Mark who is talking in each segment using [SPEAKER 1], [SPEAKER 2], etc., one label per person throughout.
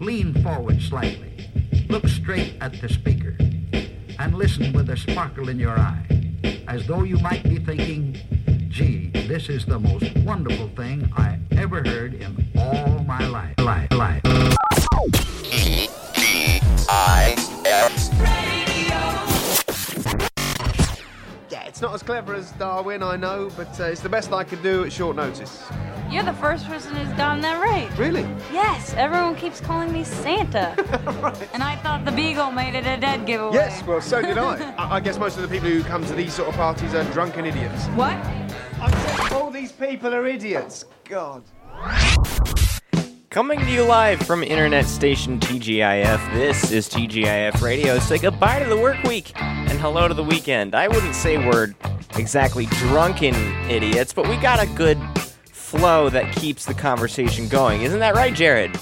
[SPEAKER 1] Lean forward slightly. Look straight at the speaker and listen with a sparkle in your eye, as though you might be thinking, gee, this is the most wonderful thing I ever heard in all my life, life, life.
[SPEAKER 2] E D I S.
[SPEAKER 3] Yeah, it's not as clever as Darwin, I know, but uh, it's the best I could do at short notice.
[SPEAKER 4] You're the first person who's gotten that right.
[SPEAKER 3] Really?
[SPEAKER 4] Yes, everyone keeps calling me Santa. And I thought the beagle made it a dead giveaway.
[SPEAKER 3] Yes, well, so did I. I. I guess most of the people who come to these sort of parties are drunken idiots.
[SPEAKER 4] What?
[SPEAKER 3] I'm saying all these people are idiots. God.
[SPEAKER 5] Coming to you live from internet station TGIF, this is TGIF Radio. Say goodbye to the work week and hello to the weekend. I wouldn't say we're exactly drunken idiots, but we got a good flow that keeps the conversation going. Isn't that right, Jared?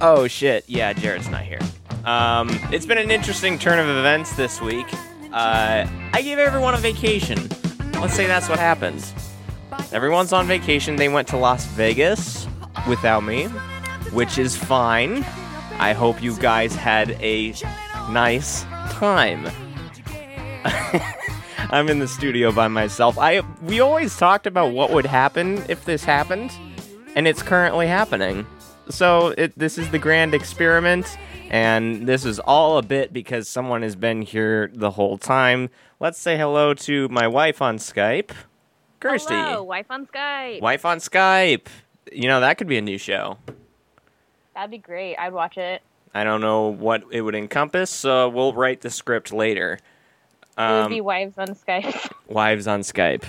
[SPEAKER 5] Oh shit, yeah, Jared's not here. Um, it's been an interesting turn of events this week. Uh, I gave everyone a vacation. Let's say that's what happens. Everyone's on vacation. They went to Las Vegas without me, which is fine. I hope you guys had a nice time. I'm in the studio by myself. I we always talked about what would happen if this happened, and it's currently happening. So it, this is the grand experiment, and this is all a bit because someone has been here the whole time. Let's say hello to my wife on Skype, Kirsty.
[SPEAKER 4] Oh,
[SPEAKER 6] Hello, wife on Skype.
[SPEAKER 5] Wife on Skype. You know, that could be a new show.
[SPEAKER 6] That'd be great. I'd watch it.
[SPEAKER 5] I don't know what it would encompass, so we'll write the script later.
[SPEAKER 6] it would be wives on Skype.
[SPEAKER 5] Wives on Skype.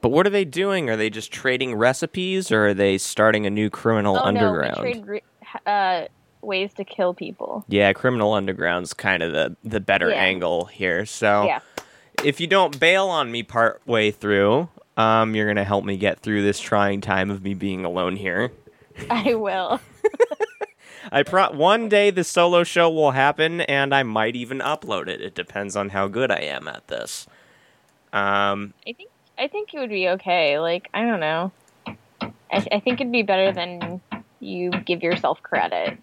[SPEAKER 5] But what are they doing? Are they just trading recipes or are they starting a new criminal
[SPEAKER 6] oh
[SPEAKER 5] underground?
[SPEAKER 6] no, we trade re- uh, ways to kill people.
[SPEAKER 5] Yeah, criminal underground's kind of the, the better
[SPEAKER 6] Yeah.
[SPEAKER 5] angle here. So
[SPEAKER 6] Yeah.
[SPEAKER 5] if you don't bail on me part way through, um, you're going to help me get through this trying time of me being alone here.
[SPEAKER 6] I will.
[SPEAKER 5] I pro- one day the solo show will happen, and I might even upload it. It depends on how good I am at this. Um,
[SPEAKER 6] I think I think it would be okay. Like I don't know. I, I think it'd be better than you give yourself credit.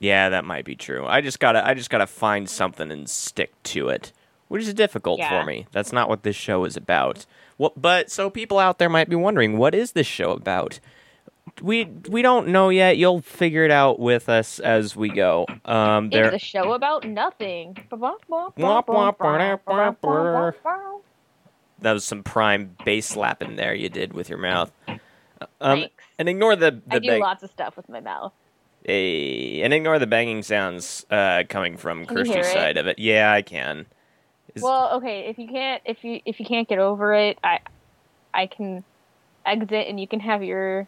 [SPEAKER 5] yeah, that might be true. I just gotta, I just gotta find something and stick to it, which is difficult
[SPEAKER 6] Yeah.
[SPEAKER 5] for me. That's not what this show is about. What, but so people out there might be wondering, what is this show about? We we don't know yet. You'll figure it out with us as we go. Um, there,
[SPEAKER 6] It's a show about nothing.
[SPEAKER 5] Womp, womp, womp, womp, womp, that was some prime bass slap in there you did with your mouth. Um,
[SPEAKER 6] Thanks.
[SPEAKER 5] and ignore the the
[SPEAKER 6] I do
[SPEAKER 5] bang-
[SPEAKER 6] lots of stuff with my mouth.
[SPEAKER 5] eh, and ignore the banging sounds uh, coming from
[SPEAKER 6] Can you hear
[SPEAKER 5] Kirsty's
[SPEAKER 6] it?
[SPEAKER 5] side of it. Yeah, I can. Is-
[SPEAKER 6] Well, okay, if you can't if you if you can't get over it, I I can exit and you can have your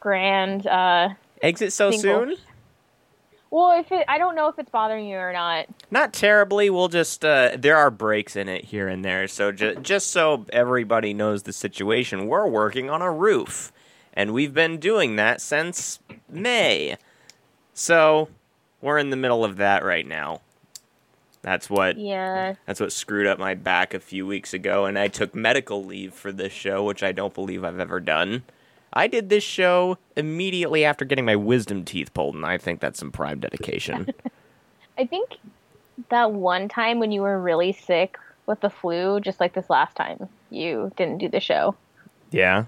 [SPEAKER 6] grand uh
[SPEAKER 5] Exit so
[SPEAKER 6] Single.
[SPEAKER 5] soon?
[SPEAKER 6] well, if it I don't know if it's bothering you or not.
[SPEAKER 5] Not terribly. We'll just uh, there are breaks in it here and there. So ju- just so everybody knows the situation, we're working on a roof, and we've been doing that since May. So we're in the middle of that right now. That's what
[SPEAKER 6] Yeah.
[SPEAKER 5] That's what screwed up my back a few weeks ago, and I took medical leave for this show, which I don't believe I've ever done. I did this show immediately after getting my wisdom teeth pulled, and I think that's some prime dedication.
[SPEAKER 6] I think that one time when you were really sick with the flu, just like this last time, you didn't do the show.
[SPEAKER 5] yeah.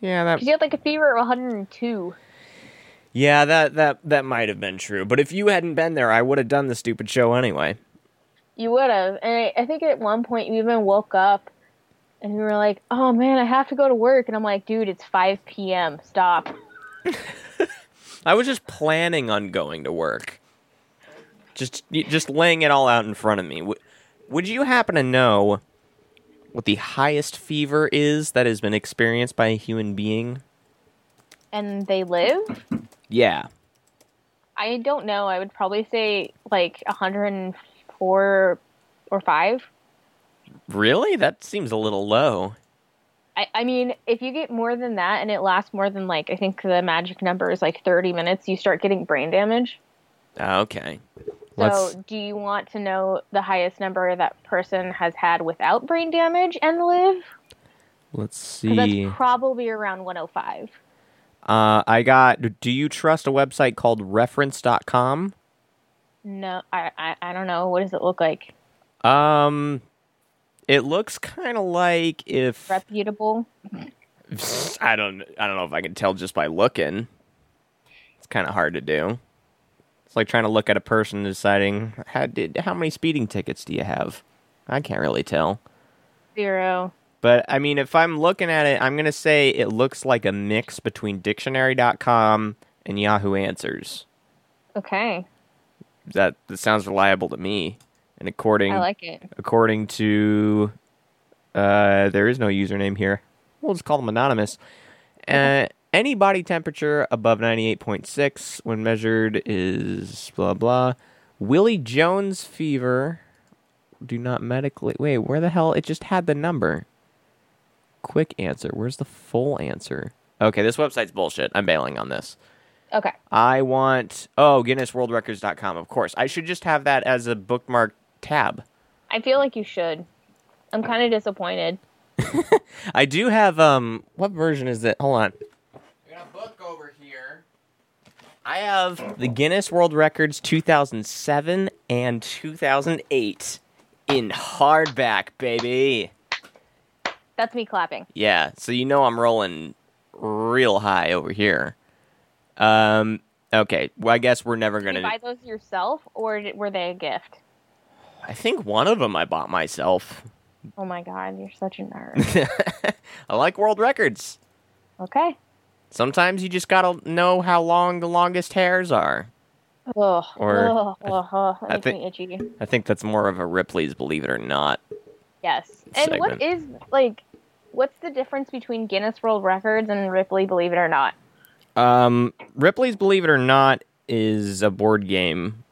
[SPEAKER 5] Yeah, that
[SPEAKER 6] 'Cause you had like a fever of 102.
[SPEAKER 5] Yeah, that that that might have been true. But if you hadn't been there, I would have done the stupid show anyway.
[SPEAKER 6] You would have. And I, I think at one point you even woke up and you were like, oh man, I have to go to work. And I'm like, dude, it's 5 p.m. Stop.
[SPEAKER 5] I was just planning on going to work. Just y- just laying it all out in front of me. Would, would you happen to know what the highest fever is that has been experienced by a human being?
[SPEAKER 6] And they live?
[SPEAKER 5] Yeah.
[SPEAKER 6] I don't know. I would probably say like 104 or 5.
[SPEAKER 5] Really? That seems a little low.
[SPEAKER 6] I, I mean, if you get more than that and it lasts more than like, I think the magic number is like 30 minutes, you start getting brain damage.
[SPEAKER 5] Ah, Okay.
[SPEAKER 6] So, do you want to know the highest number that person has had without brain damage and live?
[SPEAKER 5] let's
[SPEAKER 6] 'Cause
[SPEAKER 5] see.
[SPEAKER 6] oh That's probably around 105.
[SPEAKER 5] Uh, I got. Do you trust a website called Reference.com?
[SPEAKER 6] No, I, I I don't know. What does it look like?
[SPEAKER 5] Um, it looks kind of like if
[SPEAKER 6] Reputable?
[SPEAKER 5] I don't. I don't know if I can tell just by looking. It's kind of hard to do. It's like trying to look at a person and deciding how did how many speeding tickets do you have? I can't really tell.
[SPEAKER 6] Zero.
[SPEAKER 5] But I mean, if I'm looking at it, I'm gonna say it looks like a mix between Dictionary.com and Yahoo Answers.
[SPEAKER 6] Okay,
[SPEAKER 5] That that sounds reliable to me. And according
[SPEAKER 6] I like it.
[SPEAKER 5] according to uh, there is no username here. We'll just call them anonymous. Uh, any body temperature above 98.6 when measured is blah blah. Willie Jones fever. Do not medically. Wait, where the hell? It just had the number. Quick answer. Where's the full answer? Okay, this website's bullshit. I'm bailing on this.
[SPEAKER 6] Okay,
[SPEAKER 5] I want. Oh, GuinnessWorldRecords.com, of course. I should just have that as a bookmark tab.
[SPEAKER 6] I feel like you should. I'm kind of disappointed.
[SPEAKER 5] I do have um what version is it? Hold on. I got a book over here. I have the Guinness World Records 2007 and 2008 in hardback, baby.
[SPEAKER 6] That's me clapping.
[SPEAKER 5] Yeah, so you know I'm rolling real high over here. Um okay, well I guess we're never
[SPEAKER 6] Did
[SPEAKER 5] going
[SPEAKER 6] you
[SPEAKER 5] to
[SPEAKER 6] buy those yourself, or did, were they a gift?
[SPEAKER 5] I think one of them I bought myself.
[SPEAKER 6] Oh my god, you're such a nerd.
[SPEAKER 5] I like world records.
[SPEAKER 6] okay.
[SPEAKER 5] Sometimes you just got to know how long the longest hairs are.
[SPEAKER 6] Ugh.
[SPEAKER 5] Or-
[SPEAKER 6] ugh, ugh, ugh, that
[SPEAKER 5] I
[SPEAKER 6] makes
[SPEAKER 5] think-
[SPEAKER 6] me itchy.
[SPEAKER 5] I think that's more of a Ripley's Believe It or Not.
[SPEAKER 6] Yes. And what is like? What's the difference between Guinness World Records and Ripley? Believe it or not.
[SPEAKER 5] Um, Ripley's Believe It or Not is a board game,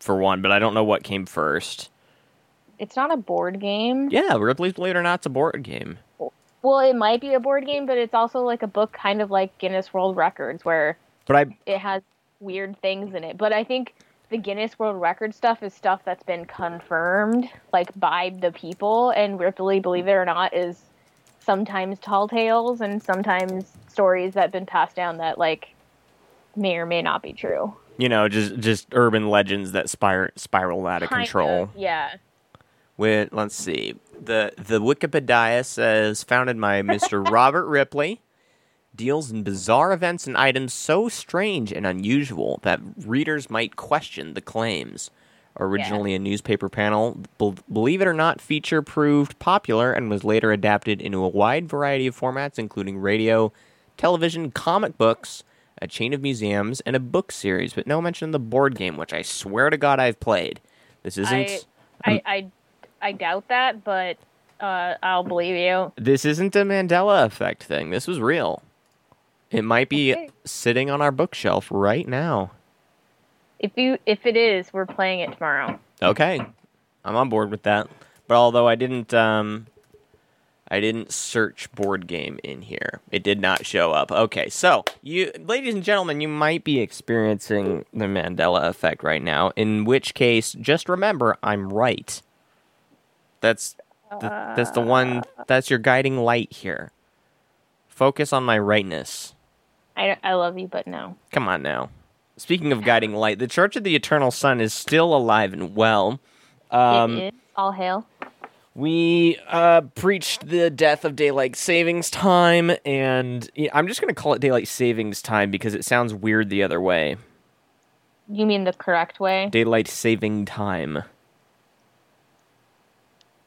[SPEAKER 5] for one, but I don't know what came first.
[SPEAKER 6] It's not a board game.
[SPEAKER 5] Yeah, Ripley's Believe It or Not's a board game.
[SPEAKER 6] Well, it might be a board game, but it's also like a book, kind of like Guinness World Records, where
[SPEAKER 5] But I,
[SPEAKER 6] it has weird things in it. But I think the Guinness World Record stuff is stuff that's been confirmed, like by the people, and Ripley, believe it or not, is sometimes tall tales and sometimes stories that have been passed down that like may or may not be true.
[SPEAKER 5] you know, just just urban legends that spir- spiral out of
[SPEAKER 6] Kind
[SPEAKER 5] control.
[SPEAKER 6] of, yeah.
[SPEAKER 5] With let's see, the the Wikipedia says founded by Mr. Robert Ripley, deals in bizarre events and items so strange and unusual that readers might question the claims. Originally a newspaper panel, Bel believe it or not, feature proved popular and was later adapted into a wide variety of formats, including radio, television, comic books, a chain of museums, and a book series. But no mention of the board game, which I swear to God I've played. This isn't.
[SPEAKER 6] I, I, I, I doubt that, but uh, I'll believe you.
[SPEAKER 5] this isn't a Mandela effect thing. This was real. It might be
[SPEAKER 6] Okay.
[SPEAKER 5] sitting on our bookshelf right now.
[SPEAKER 6] If you, if it is, we're playing it tomorrow.
[SPEAKER 5] Okay. I'm on board with that. But although I didn't um I didn't search board game in here. It did not show up. Okay. So, you ladies and gentlemen, you might be experiencing the Mandela effect right now, in which case just remember I'm right. That's th- that's the one that's your guiding light here. Focus on my rightness.
[SPEAKER 6] I, I love you, but no.
[SPEAKER 5] Come on now. Speaking of guiding light, the Church of the Eternal Sun is still alive and well. Um,
[SPEAKER 6] it is all hail.
[SPEAKER 5] we uh, preached the death of daylight savings time, and yeah, I'm just going to call it daylight savings time because it sounds weird the other way.
[SPEAKER 6] You mean the correct way?
[SPEAKER 5] Daylight saving time.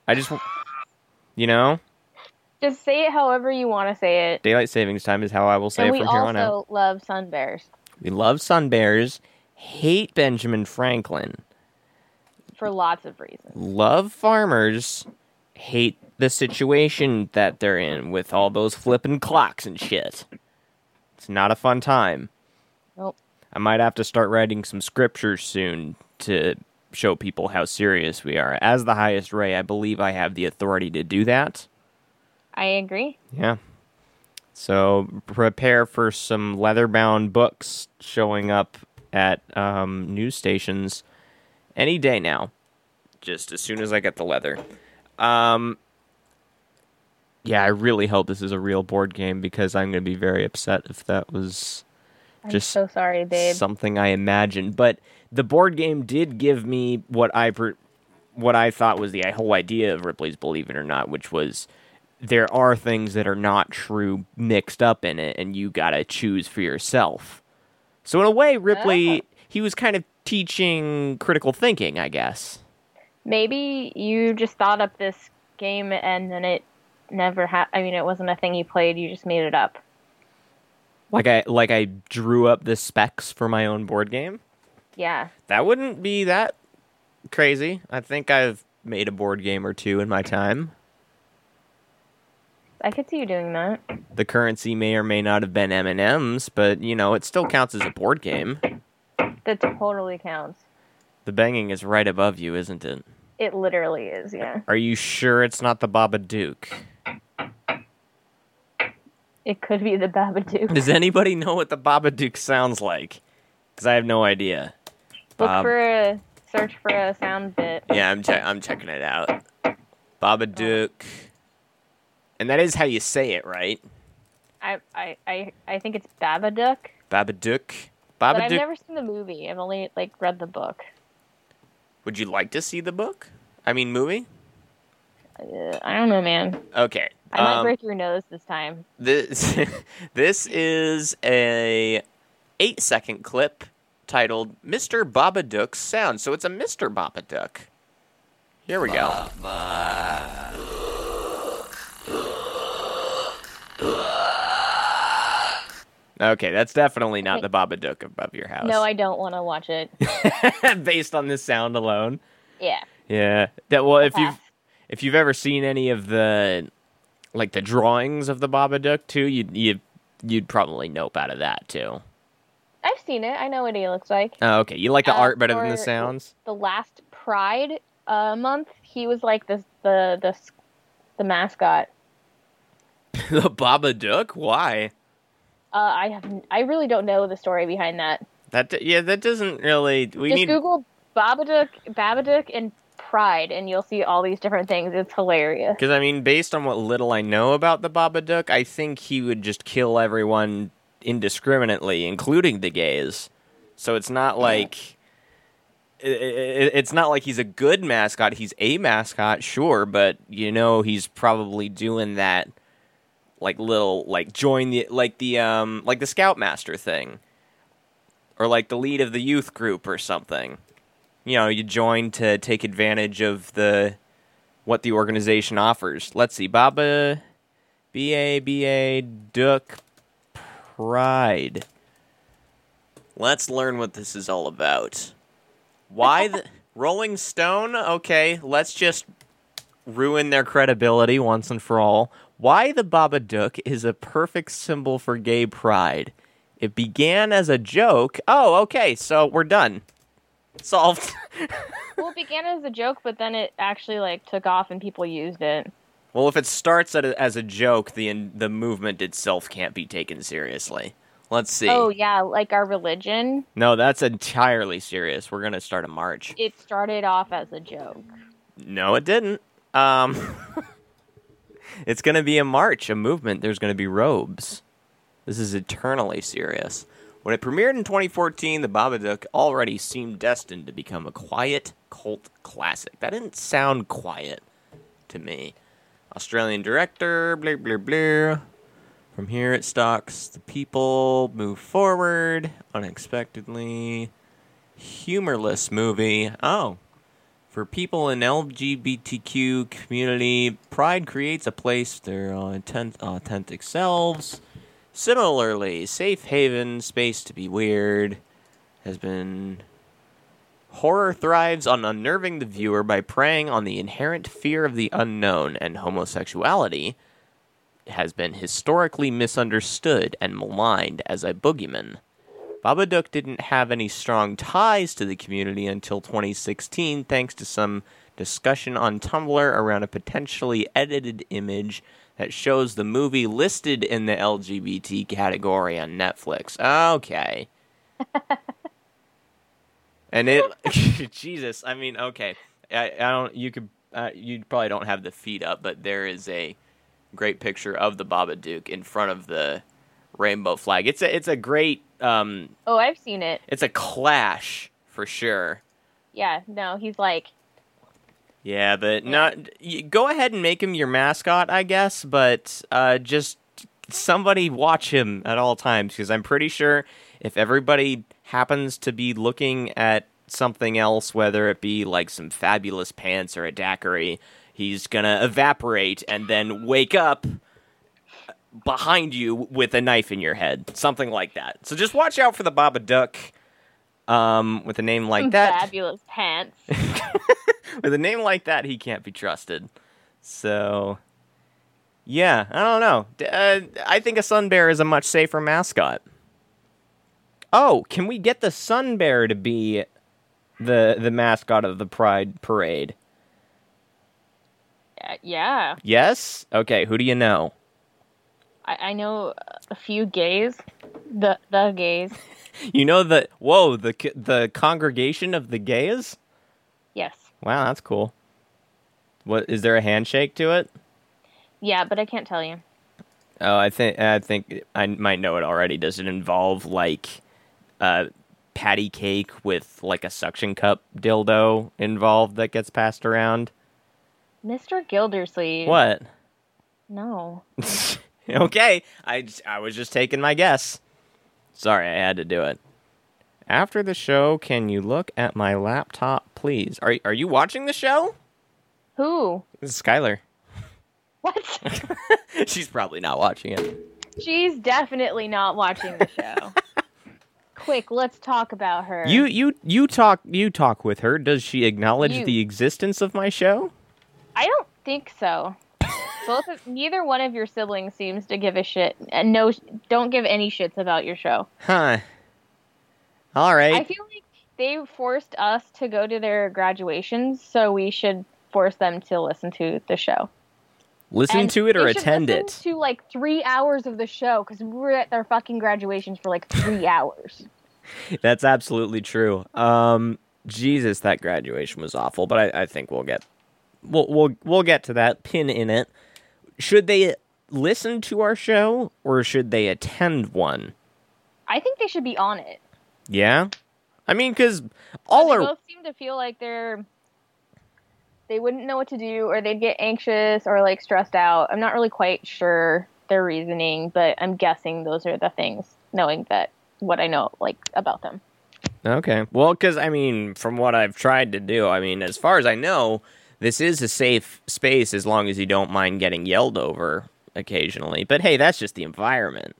[SPEAKER 5] I just, w- you know,
[SPEAKER 6] Just say it however you want to say it.
[SPEAKER 5] daylight savings time is how I will say
[SPEAKER 6] and
[SPEAKER 5] it
[SPEAKER 6] we
[SPEAKER 5] from here on out.
[SPEAKER 6] also love sun bears
[SPEAKER 5] We love sun bears, hate Benjamin Franklin.
[SPEAKER 6] for lots of reasons.
[SPEAKER 5] love farmers, hate the situation that they're in with all those flipping clocks and shit. It's not a fun time.
[SPEAKER 6] Nope.
[SPEAKER 5] I might have to start writing some scriptures soon to show people how serious we are. As the highest ray, I believe I have the authority to do that.
[SPEAKER 6] I agree.
[SPEAKER 5] Yeah. So prepare for some leather-bound books showing up at um, news stations any day now. Just as soon as I get the leather. Um, yeah, I really hope this is a real board game because I'm going to be very upset if that was
[SPEAKER 6] I'm
[SPEAKER 5] just
[SPEAKER 6] so sorry, babe.
[SPEAKER 5] something I imagined. But the board game did give me what I per- what I thought was the whole idea of Ripley's Believe It or Not, which was there are things that are not true mixed up in it, and you gotta choose for yourself. So in a way, Ripley he was kind of teaching critical thinking, I guess.
[SPEAKER 6] Maybe you just thought up this game and then it never ha I mean, it wasn't a thing you played. You just made it up.
[SPEAKER 5] Like I like I drew up the specs for my own board game.
[SPEAKER 6] Yeah.
[SPEAKER 5] That wouldn't be that crazy. I think I've made a board game or two in my time.
[SPEAKER 6] I could see you doing that.
[SPEAKER 5] the currency may or may not have been M&Ms, but you know, it still counts as a board game.
[SPEAKER 6] That totally counts.
[SPEAKER 5] The banging is right above you, isn't it?
[SPEAKER 6] It literally is, yeah.
[SPEAKER 5] Are you sure it's not the Babadook?
[SPEAKER 6] It could be the Babadook.
[SPEAKER 5] Does anybody know what the Babadook sounds like? Cuz I have no idea.
[SPEAKER 6] Look
[SPEAKER 5] Bob-
[SPEAKER 6] for a search for a sound bit.
[SPEAKER 5] Yeah, I'm che- I'm checking it out. Babadook. And that is how you say it, right?
[SPEAKER 6] I I I, I think it's Babadook,
[SPEAKER 5] Babadook.
[SPEAKER 6] but I've
[SPEAKER 5] Babadook.
[SPEAKER 6] never seen the movie. I've only like read the book.
[SPEAKER 5] Would you like to see the book? I mean, movie?
[SPEAKER 6] Uh, I don't know, man.
[SPEAKER 5] Okay.
[SPEAKER 6] I might
[SPEAKER 5] um,
[SPEAKER 6] break your nose this time.
[SPEAKER 5] this this is a eight second clip titled "Mr. Babadook's Sound." So it's a Mr. Babadook. Here we go. Okay, that's definitely not the Babadook above your house.
[SPEAKER 6] No, I don't want to watch it.
[SPEAKER 5] based on this sound alone.
[SPEAKER 6] Yeah.
[SPEAKER 5] Yeah. That well, if
[SPEAKER 6] Okay.
[SPEAKER 5] you've if you've ever seen any of the like the drawings of the Babadook too, you you you'd probably nope out of that too.
[SPEAKER 6] I've seen it. I know what he looks like.
[SPEAKER 5] Oh, okay, you like the
[SPEAKER 6] Uh,
[SPEAKER 5] art better than the
[SPEAKER 6] or-
[SPEAKER 5] sounds.
[SPEAKER 6] The last Pride uh, month, he was like the the the s- the mascot.
[SPEAKER 5] the Babadook? Why?
[SPEAKER 6] Uh, I have n- I really don't know the story behind that.
[SPEAKER 5] That d- yeah, that doesn't really. We
[SPEAKER 6] Just
[SPEAKER 5] need
[SPEAKER 6] Google Babadook, Babadook, and Pride, and you'll see all these different things. It's hilarious.
[SPEAKER 5] because I mean, based on what little I know about the Babadook, I think he would just kill everyone indiscriminately, including the gays. So it's not like. i- i- i- It's not like he's a good mascot. He's a mascot, sure, but you know he's probably doing that, like little, like join the, like the, um, like the scoutmaster thing, or like the lead of the youth group or something. You know, you join to take advantage of the what the organization offers. Let's see, Baba, B A B A Duck Pride. Let's learn what this is all about. Why the Rolling Stone? Okay, let's just ruin their credibility once and for all. Why the Babadook is a perfect symbol for gay pride. It began as a joke. Oh, okay, so we're done. Solved.
[SPEAKER 6] well, it began as a joke, but then it actually like took off and people used it.
[SPEAKER 5] Well, if it starts at a, as a joke, the the movement itself can't be taken seriously. Let's see.
[SPEAKER 6] Oh yeah, like our religion.
[SPEAKER 5] No, that's entirely serious. We're gonna start a march.
[SPEAKER 6] It started off as a joke.
[SPEAKER 5] No, it didn't. Um, it's gonna be a march, a movement. There's gonna be robes. This is eternally serious. When it premiered in 2014, the Babadook already seemed destined to become a quiet cult classic. That didn't sound quiet to me. Australian director, blah blah blah. From here it stalks. The people move forward unexpectedly. Humorless movie. Oh, for people in LGBTQ community, pride creates a place their authentic, authentic selves. Similarly, safe haven, space to be weird, has been. Horror thrives on unnerving the viewer by preying on the inherent fear of the unknown, and homosexuality has been historically misunderstood and maligned as a boogeyman. Babadook didn't have any strong ties to the community until 2016, thanks to some discussion on Tumblr around a potentially edited image that shows the movie listed in the LGBT category on Netflix. Okay. and it, Jesus, I mean, okay, I, I don't. You could, uh, you probably don't have the feed up, but there is a great picture of the Babadook in front of the rainbow flag. It's a it's a great um,
[SPEAKER 6] Oh, I've seen it.
[SPEAKER 5] it's a clash for sure.
[SPEAKER 6] Yeah, no, he's like,
[SPEAKER 5] Yeah, but not. y- Go ahead and make him your mascot, I guess, but uh, just somebody watch him at all times because I'm pretty sure if everybody happens to be looking at something else, whether it be like some fabulous pants or a daiquiri, he's gonna evaporate and then wake up behind you with a knife in your head, something like that. So just watch out for the Baba Duck. Um, with a name like that,
[SPEAKER 6] fabulous pants.
[SPEAKER 5] with a name like that, he can't be trusted. So, yeah, I don't know. D- Uh, I think a sun bear is a much safer mascot. Oh, can we get the sun bear to be the the mascot of the pride parade?
[SPEAKER 6] Yeah, yeah.
[SPEAKER 5] Yes. Okay. Who do you know?
[SPEAKER 6] I, I know a few gays. The the gays.
[SPEAKER 5] You know the whoa the c- the congregation of the gays.
[SPEAKER 6] Yes.
[SPEAKER 5] Wow, that's cool. What is there a handshake to it?
[SPEAKER 6] Yeah, but I can't tell you.
[SPEAKER 5] Oh, I think I think I might know it already. Does it involve like uh, patty cake with like a suction cup dildo involved that gets passed around?
[SPEAKER 6] Mr. Gildersleeve.
[SPEAKER 5] What?
[SPEAKER 6] No.
[SPEAKER 5] okay, I j- I was just taking my guess. Sorry, I had to do it. After the show, can you look at my laptop, please? Are are you watching the show?
[SPEAKER 6] Who?
[SPEAKER 5] This is Skylar.
[SPEAKER 6] What?
[SPEAKER 5] She's probably not watching it.
[SPEAKER 6] She's definitely not watching the show. Quick, let's talk about her.
[SPEAKER 5] You you you talk you talk with her. Does she acknowledge
[SPEAKER 6] You.
[SPEAKER 5] the existence of my show?
[SPEAKER 6] I don't think so. Both of, neither one of your siblings seems to give a shit. And no, don't give any shits about your show.
[SPEAKER 5] Huh. All
[SPEAKER 6] I
[SPEAKER 5] right.
[SPEAKER 6] feel like they forced us to go to their graduations, so we should force them to listen to the show.
[SPEAKER 5] Listen
[SPEAKER 6] And
[SPEAKER 5] to it or
[SPEAKER 6] they should
[SPEAKER 5] attend
[SPEAKER 6] listen
[SPEAKER 5] it.
[SPEAKER 6] To like three hours of the show because we were at their fucking graduations for like three hours.
[SPEAKER 5] That's absolutely true. Um, Jesus, that graduation was awful, but I, I think we'll get we'll we'll we'll get to that pin in it. Should they listen to our show or should they attend one?
[SPEAKER 6] I think they should be on it.
[SPEAKER 5] Yeah, I mean, because all
[SPEAKER 6] they
[SPEAKER 5] are
[SPEAKER 6] both seem to feel like they're they wouldn't know what to do or they'd get anxious or like stressed out i'm not really quite sure their reasoning but i'm guessing those are the things knowing that what i know like about them
[SPEAKER 5] Okay. Well, because I mean, from what I've tried to do, I mean, as far as I know, this is a safe space as long as you don't mind getting yelled over occasionally. But hey, that's just the environment.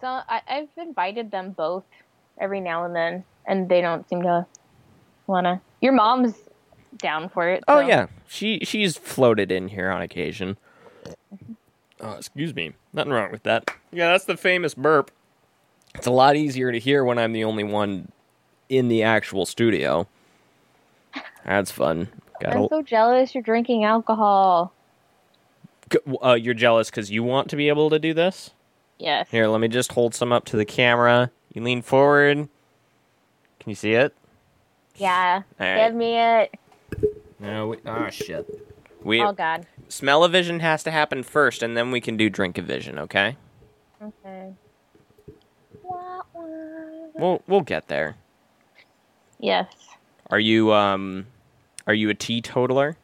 [SPEAKER 6] so I, i've invited them both every now and then and they don't seem to wanna your mom's down for it
[SPEAKER 5] Oh
[SPEAKER 6] so-
[SPEAKER 5] yeah, she she's floated in here on occasion. Oh, excuse me. Nothing wrong with that. Yeah, that's the famous burp. It's a lot easier to hear when I'm the only one in the actual studio. That's fun. Got
[SPEAKER 6] i'm
[SPEAKER 5] a,
[SPEAKER 6] so jealous you're drinking alcohol
[SPEAKER 5] uh, you're jealous because you want to be able to do this.
[SPEAKER 6] yes
[SPEAKER 5] Here, let me just hold some up to the camera. You lean forward. Can you see it?
[SPEAKER 6] yeah
[SPEAKER 5] All right.
[SPEAKER 6] give me it
[SPEAKER 5] No. We, oh shit. We
[SPEAKER 6] oh god
[SPEAKER 5] smell o vision has to happen first, and then we can do drink a vision. Okay.
[SPEAKER 6] Okay. Wah, wah.
[SPEAKER 5] We'll we'll get there.
[SPEAKER 6] Yes.
[SPEAKER 5] Are you um, are you a teetotaler?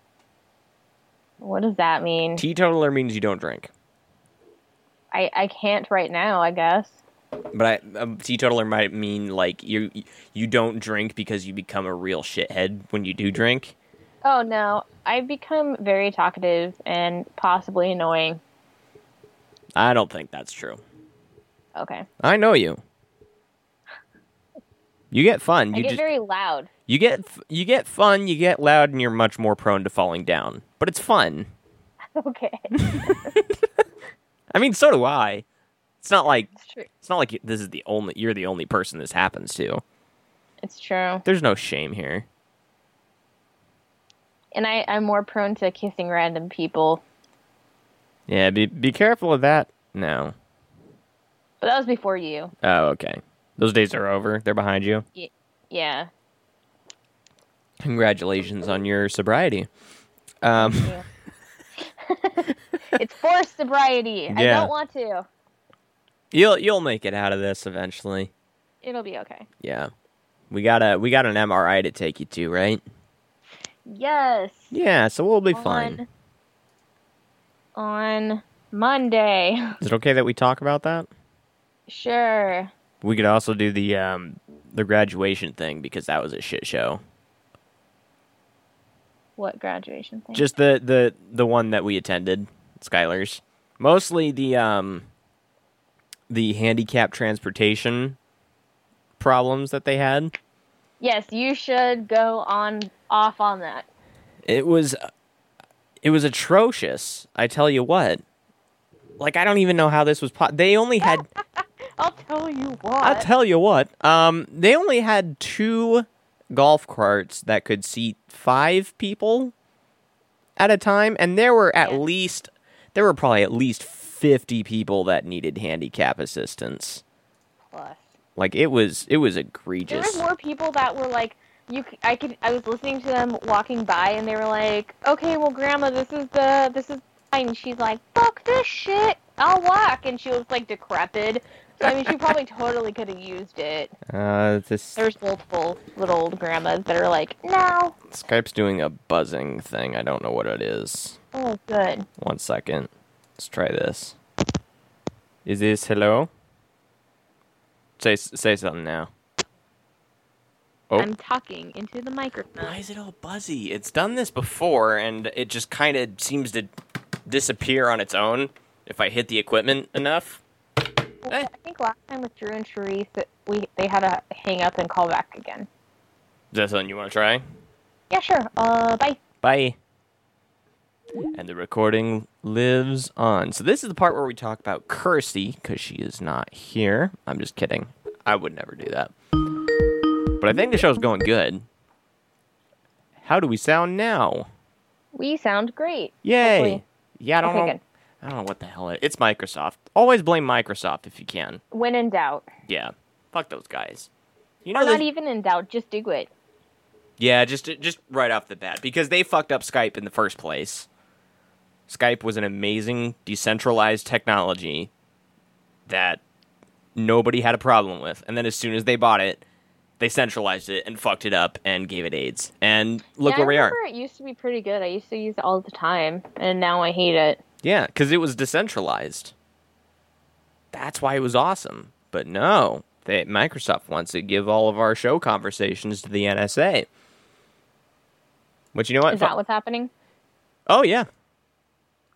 [SPEAKER 6] What does that mean?
[SPEAKER 5] Teetotaler means you don't drink,
[SPEAKER 6] I, I can't right now, I guess.
[SPEAKER 5] but I, a teetotaler might mean like you you don't drink because you become a real shithead when you do drink.
[SPEAKER 6] Oh no, I've become very talkative and possibly annoying.
[SPEAKER 5] I don't think that's true.
[SPEAKER 6] Okay.
[SPEAKER 5] I know you. You get fun.
[SPEAKER 6] I
[SPEAKER 5] You
[SPEAKER 6] get
[SPEAKER 5] just
[SPEAKER 6] very loud.
[SPEAKER 5] You get f- you get fun, you get loud, and you're much more prone to falling down. But it's fun.
[SPEAKER 6] Okay.
[SPEAKER 5] I mean, so do I. It's not like
[SPEAKER 6] It's true.
[SPEAKER 5] it's not like you- this is the only you're the only person this happens to.
[SPEAKER 6] It's true.
[SPEAKER 5] There's no shame here.
[SPEAKER 6] And I, I'm more prone to kissing random people.
[SPEAKER 5] Yeah, be be careful of that. No.
[SPEAKER 6] But that was before you.
[SPEAKER 5] Oh, okay. Those days are over. They're behind you.
[SPEAKER 6] Yeah.
[SPEAKER 5] Congratulations on your sobriety. Um,
[SPEAKER 6] you. it's forced sobriety. I
[SPEAKER 5] Yeah.
[SPEAKER 6] don't want to.
[SPEAKER 5] You'll you'll make it out of this eventually.
[SPEAKER 6] It'll be okay.
[SPEAKER 5] Yeah. We got a we got an MRI to take you to, right?
[SPEAKER 6] Yes.
[SPEAKER 5] Yeah, so we'll be
[SPEAKER 6] on,
[SPEAKER 5] fine.
[SPEAKER 6] On Monday.
[SPEAKER 5] Is it okay that we talk about that?
[SPEAKER 6] Sure.
[SPEAKER 5] We could also do the um the graduation thing because that was a shit show.
[SPEAKER 6] What graduation thing?
[SPEAKER 5] Just the the the one that we attended, Skylar's. Mostly the um the handicap transportation problems that they had.
[SPEAKER 6] yes, you should go on off on that.
[SPEAKER 5] It was it was atrocious. I tell you what. Like I don't even know how this was po- they only had
[SPEAKER 6] I'll tell you what.
[SPEAKER 5] I'll tell you what. Um they only had two golf carts that could seat 5 people at a time and there were at
[SPEAKER 6] Yeah.
[SPEAKER 5] least there were probably at least 50 people that needed handicap assistance.
[SPEAKER 6] Plus.
[SPEAKER 5] Like it was it was
[SPEAKER 6] There
[SPEAKER 5] egregious.
[SPEAKER 6] were more people that were like, you. c- I could. I was listening to them walking by, and they were like, "Okay, well, Grandma, this is the this is." Fine. And she's like, "Fuck this shit. I'll walk." And she was like decrepit. So I mean, she probably totally could have used it.
[SPEAKER 5] Uh this
[SPEAKER 6] There's multiple little old grandmas that are like, "No."
[SPEAKER 5] Skype's doing a buzzing thing. I don't know what it is.
[SPEAKER 6] Oh, good.
[SPEAKER 5] One second. Let's try this. Is this hello? Say say something now. Oh.
[SPEAKER 6] I'm talking into the microphone.
[SPEAKER 5] Why is it all buzzy? It's done this before and it just kind of seems to disappear on its own if I hit the equipment enough.
[SPEAKER 6] Well, I think last time with Drew and Charisse, that we they had to hang up and call back again.
[SPEAKER 5] Is that something you want to try?
[SPEAKER 6] Yeah, sure. Uh, bye.
[SPEAKER 5] Bye. And the recording lives on. So this is the part where we talk about Kirsty because she is not here. I'm just kidding. I would never do that. But I think the show's going good. How do we sound now?
[SPEAKER 6] We sound great.
[SPEAKER 5] Yay!
[SPEAKER 6] Hopefully.
[SPEAKER 5] Yeah, I don't
[SPEAKER 6] Okay,
[SPEAKER 5] know.
[SPEAKER 6] good.
[SPEAKER 5] I don't know what the hell it, it's Microsoft. Always blame Microsoft if you can.
[SPEAKER 6] When in doubt,
[SPEAKER 5] Yeah, fuck those guys. You
[SPEAKER 6] or
[SPEAKER 5] know
[SPEAKER 6] not
[SPEAKER 5] they-
[SPEAKER 6] even in doubt, just do it.
[SPEAKER 5] Yeah, just just right off the bat because they fucked up Skype in the first place. Skype was an amazing decentralized technology that nobody had a problem with, and then as soon as they bought it, they centralized it and fucked it up and gave it AIDS. And look
[SPEAKER 6] Yeah,
[SPEAKER 5] where
[SPEAKER 6] I
[SPEAKER 5] we are.
[SPEAKER 6] remember It used to be pretty good. I used to use it all the time, and now I hate it.
[SPEAKER 5] Yeah, because it was decentralized. That's why it was awesome. But no, they, Microsoft wants to give all of our show conversations to the NSA. But you know what?
[SPEAKER 6] Is that what's happening?
[SPEAKER 5] oh yeah,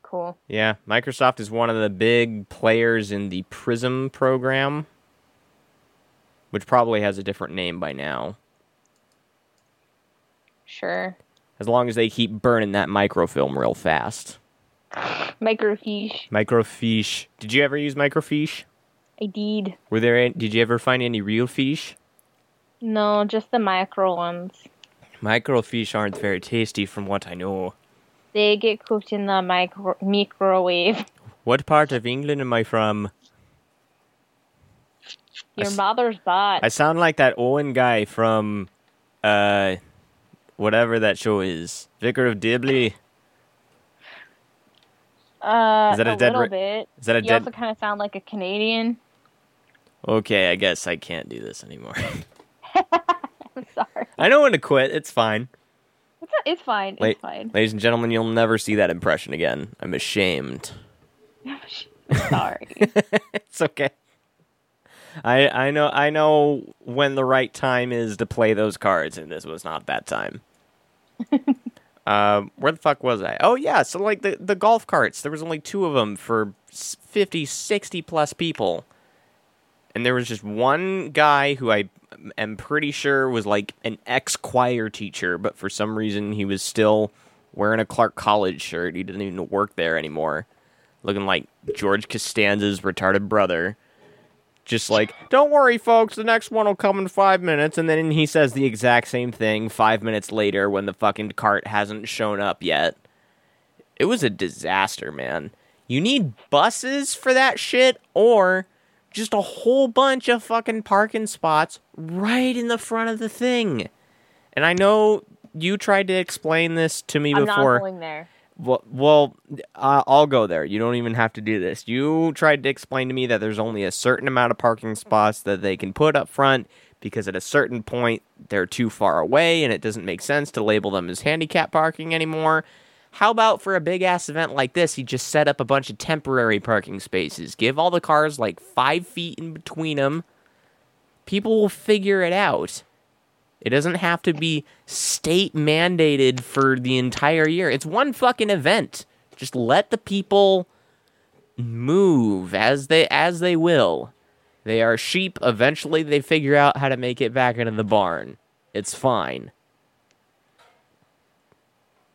[SPEAKER 6] Cool.
[SPEAKER 5] Yeah, Microsoft is one of the big players in the Prism program, which probably has a different name by now.
[SPEAKER 6] Sure.
[SPEAKER 5] As long as they keep burning that microfilm real fast.
[SPEAKER 6] Microfiche.
[SPEAKER 5] Microfiche. Did you ever use microfiche?
[SPEAKER 6] I did.
[SPEAKER 5] Were there? Any, did you ever find any real fish?
[SPEAKER 6] No, just the micro ones.
[SPEAKER 5] Microfiche aren't very tasty, from what I know.
[SPEAKER 6] They get cooked in the micro microwave.
[SPEAKER 5] What part of England am I from? I
[SPEAKER 6] Your
[SPEAKER 5] s-
[SPEAKER 6] mother's butt.
[SPEAKER 5] I sound like that Owen guy from, uh, whatever that show is, Vicar of Dibley.
[SPEAKER 6] Uh,
[SPEAKER 5] Is that a
[SPEAKER 6] a,
[SPEAKER 5] dead
[SPEAKER 6] little
[SPEAKER 5] ri-
[SPEAKER 6] bit.
[SPEAKER 5] is that a
[SPEAKER 6] you
[SPEAKER 5] dead-
[SPEAKER 6] also kind of sound like a Canadian.
[SPEAKER 5] Okay, I guess I can't do this anymore.
[SPEAKER 6] I'm sorry.
[SPEAKER 5] I know when to quit. It's fine.
[SPEAKER 6] It's, it's fine. It's
[SPEAKER 5] Wait.
[SPEAKER 6] fine.
[SPEAKER 5] Ladies and gentlemen, you'll never see that impression again. I'm ashamed.
[SPEAKER 6] sorry.
[SPEAKER 5] It's okay. I I know I know when the right time is to play those cards, and this was not that time. um, where the fuck was I? Oh yeah, so like the the golf carts. There was only two of them for s- 50, 60 plus people, and there was just one guy who I am pretty sure was like an ex choir teacher, but for some reason he was still wearing a Clark College shirt. He didn't even work there anymore looking like George Costanza's retarded brother. Just like, don't worry, folks, the next one will come in five minutes. And then he says the exact same thing five minutes later when the fucking cart hasn't shown up yet. It was a disaster, man. You need buses for that shit or just a whole bunch of fucking parking spots right in the front of the thing. And I know you tried to explain this to me
[SPEAKER 6] I'm not
[SPEAKER 5] before.
[SPEAKER 6] going there.
[SPEAKER 5] Well, well, I- I'll go there. You don't even have to do this. You tried to explain to me that there's only a certain amount of parking spots that they can put up front because at a certain point they're too far away and it doesn't make sense to label them as handicap parking anymore. How about for a big ass event like this, you just set up a bunch of temporary parking spaces, give all the cars like five feet in between them. People will figure it out. It doesn't have to be state mandated for the entire year. It's one fucking event. Just let the people move as they as they will. They are sheep. Eventually they figure out how to make it back into the barn. It's fine.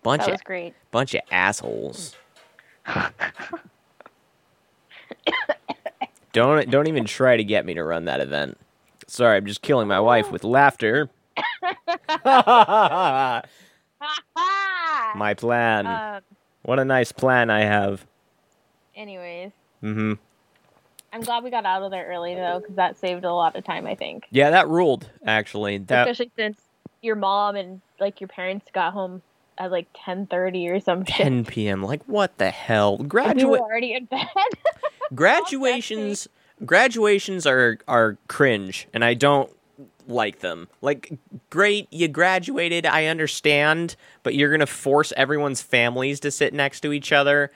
[SPEAKER 5] Bunch
[SPEAKER 6] That
[SPEAKER 5] of
[SPEAKER 6] was great.
[SPEAKER 5] bunch of assholes. don't don't even try to get me to run that event. Sorry, I'm just killing my wife with laughter. my
[SPEAKER 6] Ah!
[SPEAKER 5] plan.
[SPEAKER 6] Um,
[SPEAKER 5] what a nice plan I have.
[SPEAKER 6] anyways,
[SPEAKER 5] Mhm.
[SPEAKER 6] I'm glad we got out of there early though, because that saved a lot of time. I think,
[SPEAKER 5] Yeah, that ruled actually. That
[SPEAKER 6] especially since your mom and like your parents got home at like 10:30 or some shit.
[SPEAKER 5] 10 p.m. Like what the hell?
[SPEAKER 6] And We were
[SPEAKER 5] Graduate
[SPEAKER 6] already in bed.
[SPEAKER 5] graduations graduations are are cringe and i don't like them like great you graduated i understand but you're gonna force everyone's families to sit next to each other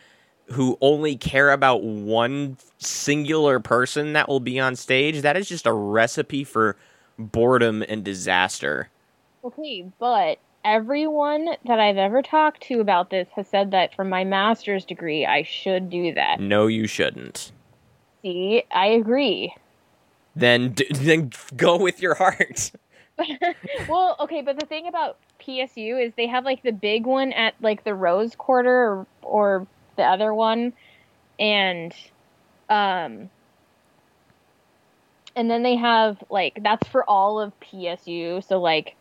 [SPEAKER 5] who only care about one singular person that will be on stage that is just a recipe for boredom and disaster
[SPEAKER 6] okay, but everyone that I've ever talked to about this has said that for my master's degree, I should do that.
[SPEAKER 5] no you shouldn't
[SPEAKER 6] See, I agree.
[SPEAKER 5] then d- then go with your heart
[SPEAKER 6] Well, okay, but the thing about PSU is they have like the big one at like the Rose Quarter or, or the other one, and um, and then they have like that's for all of PSU. So like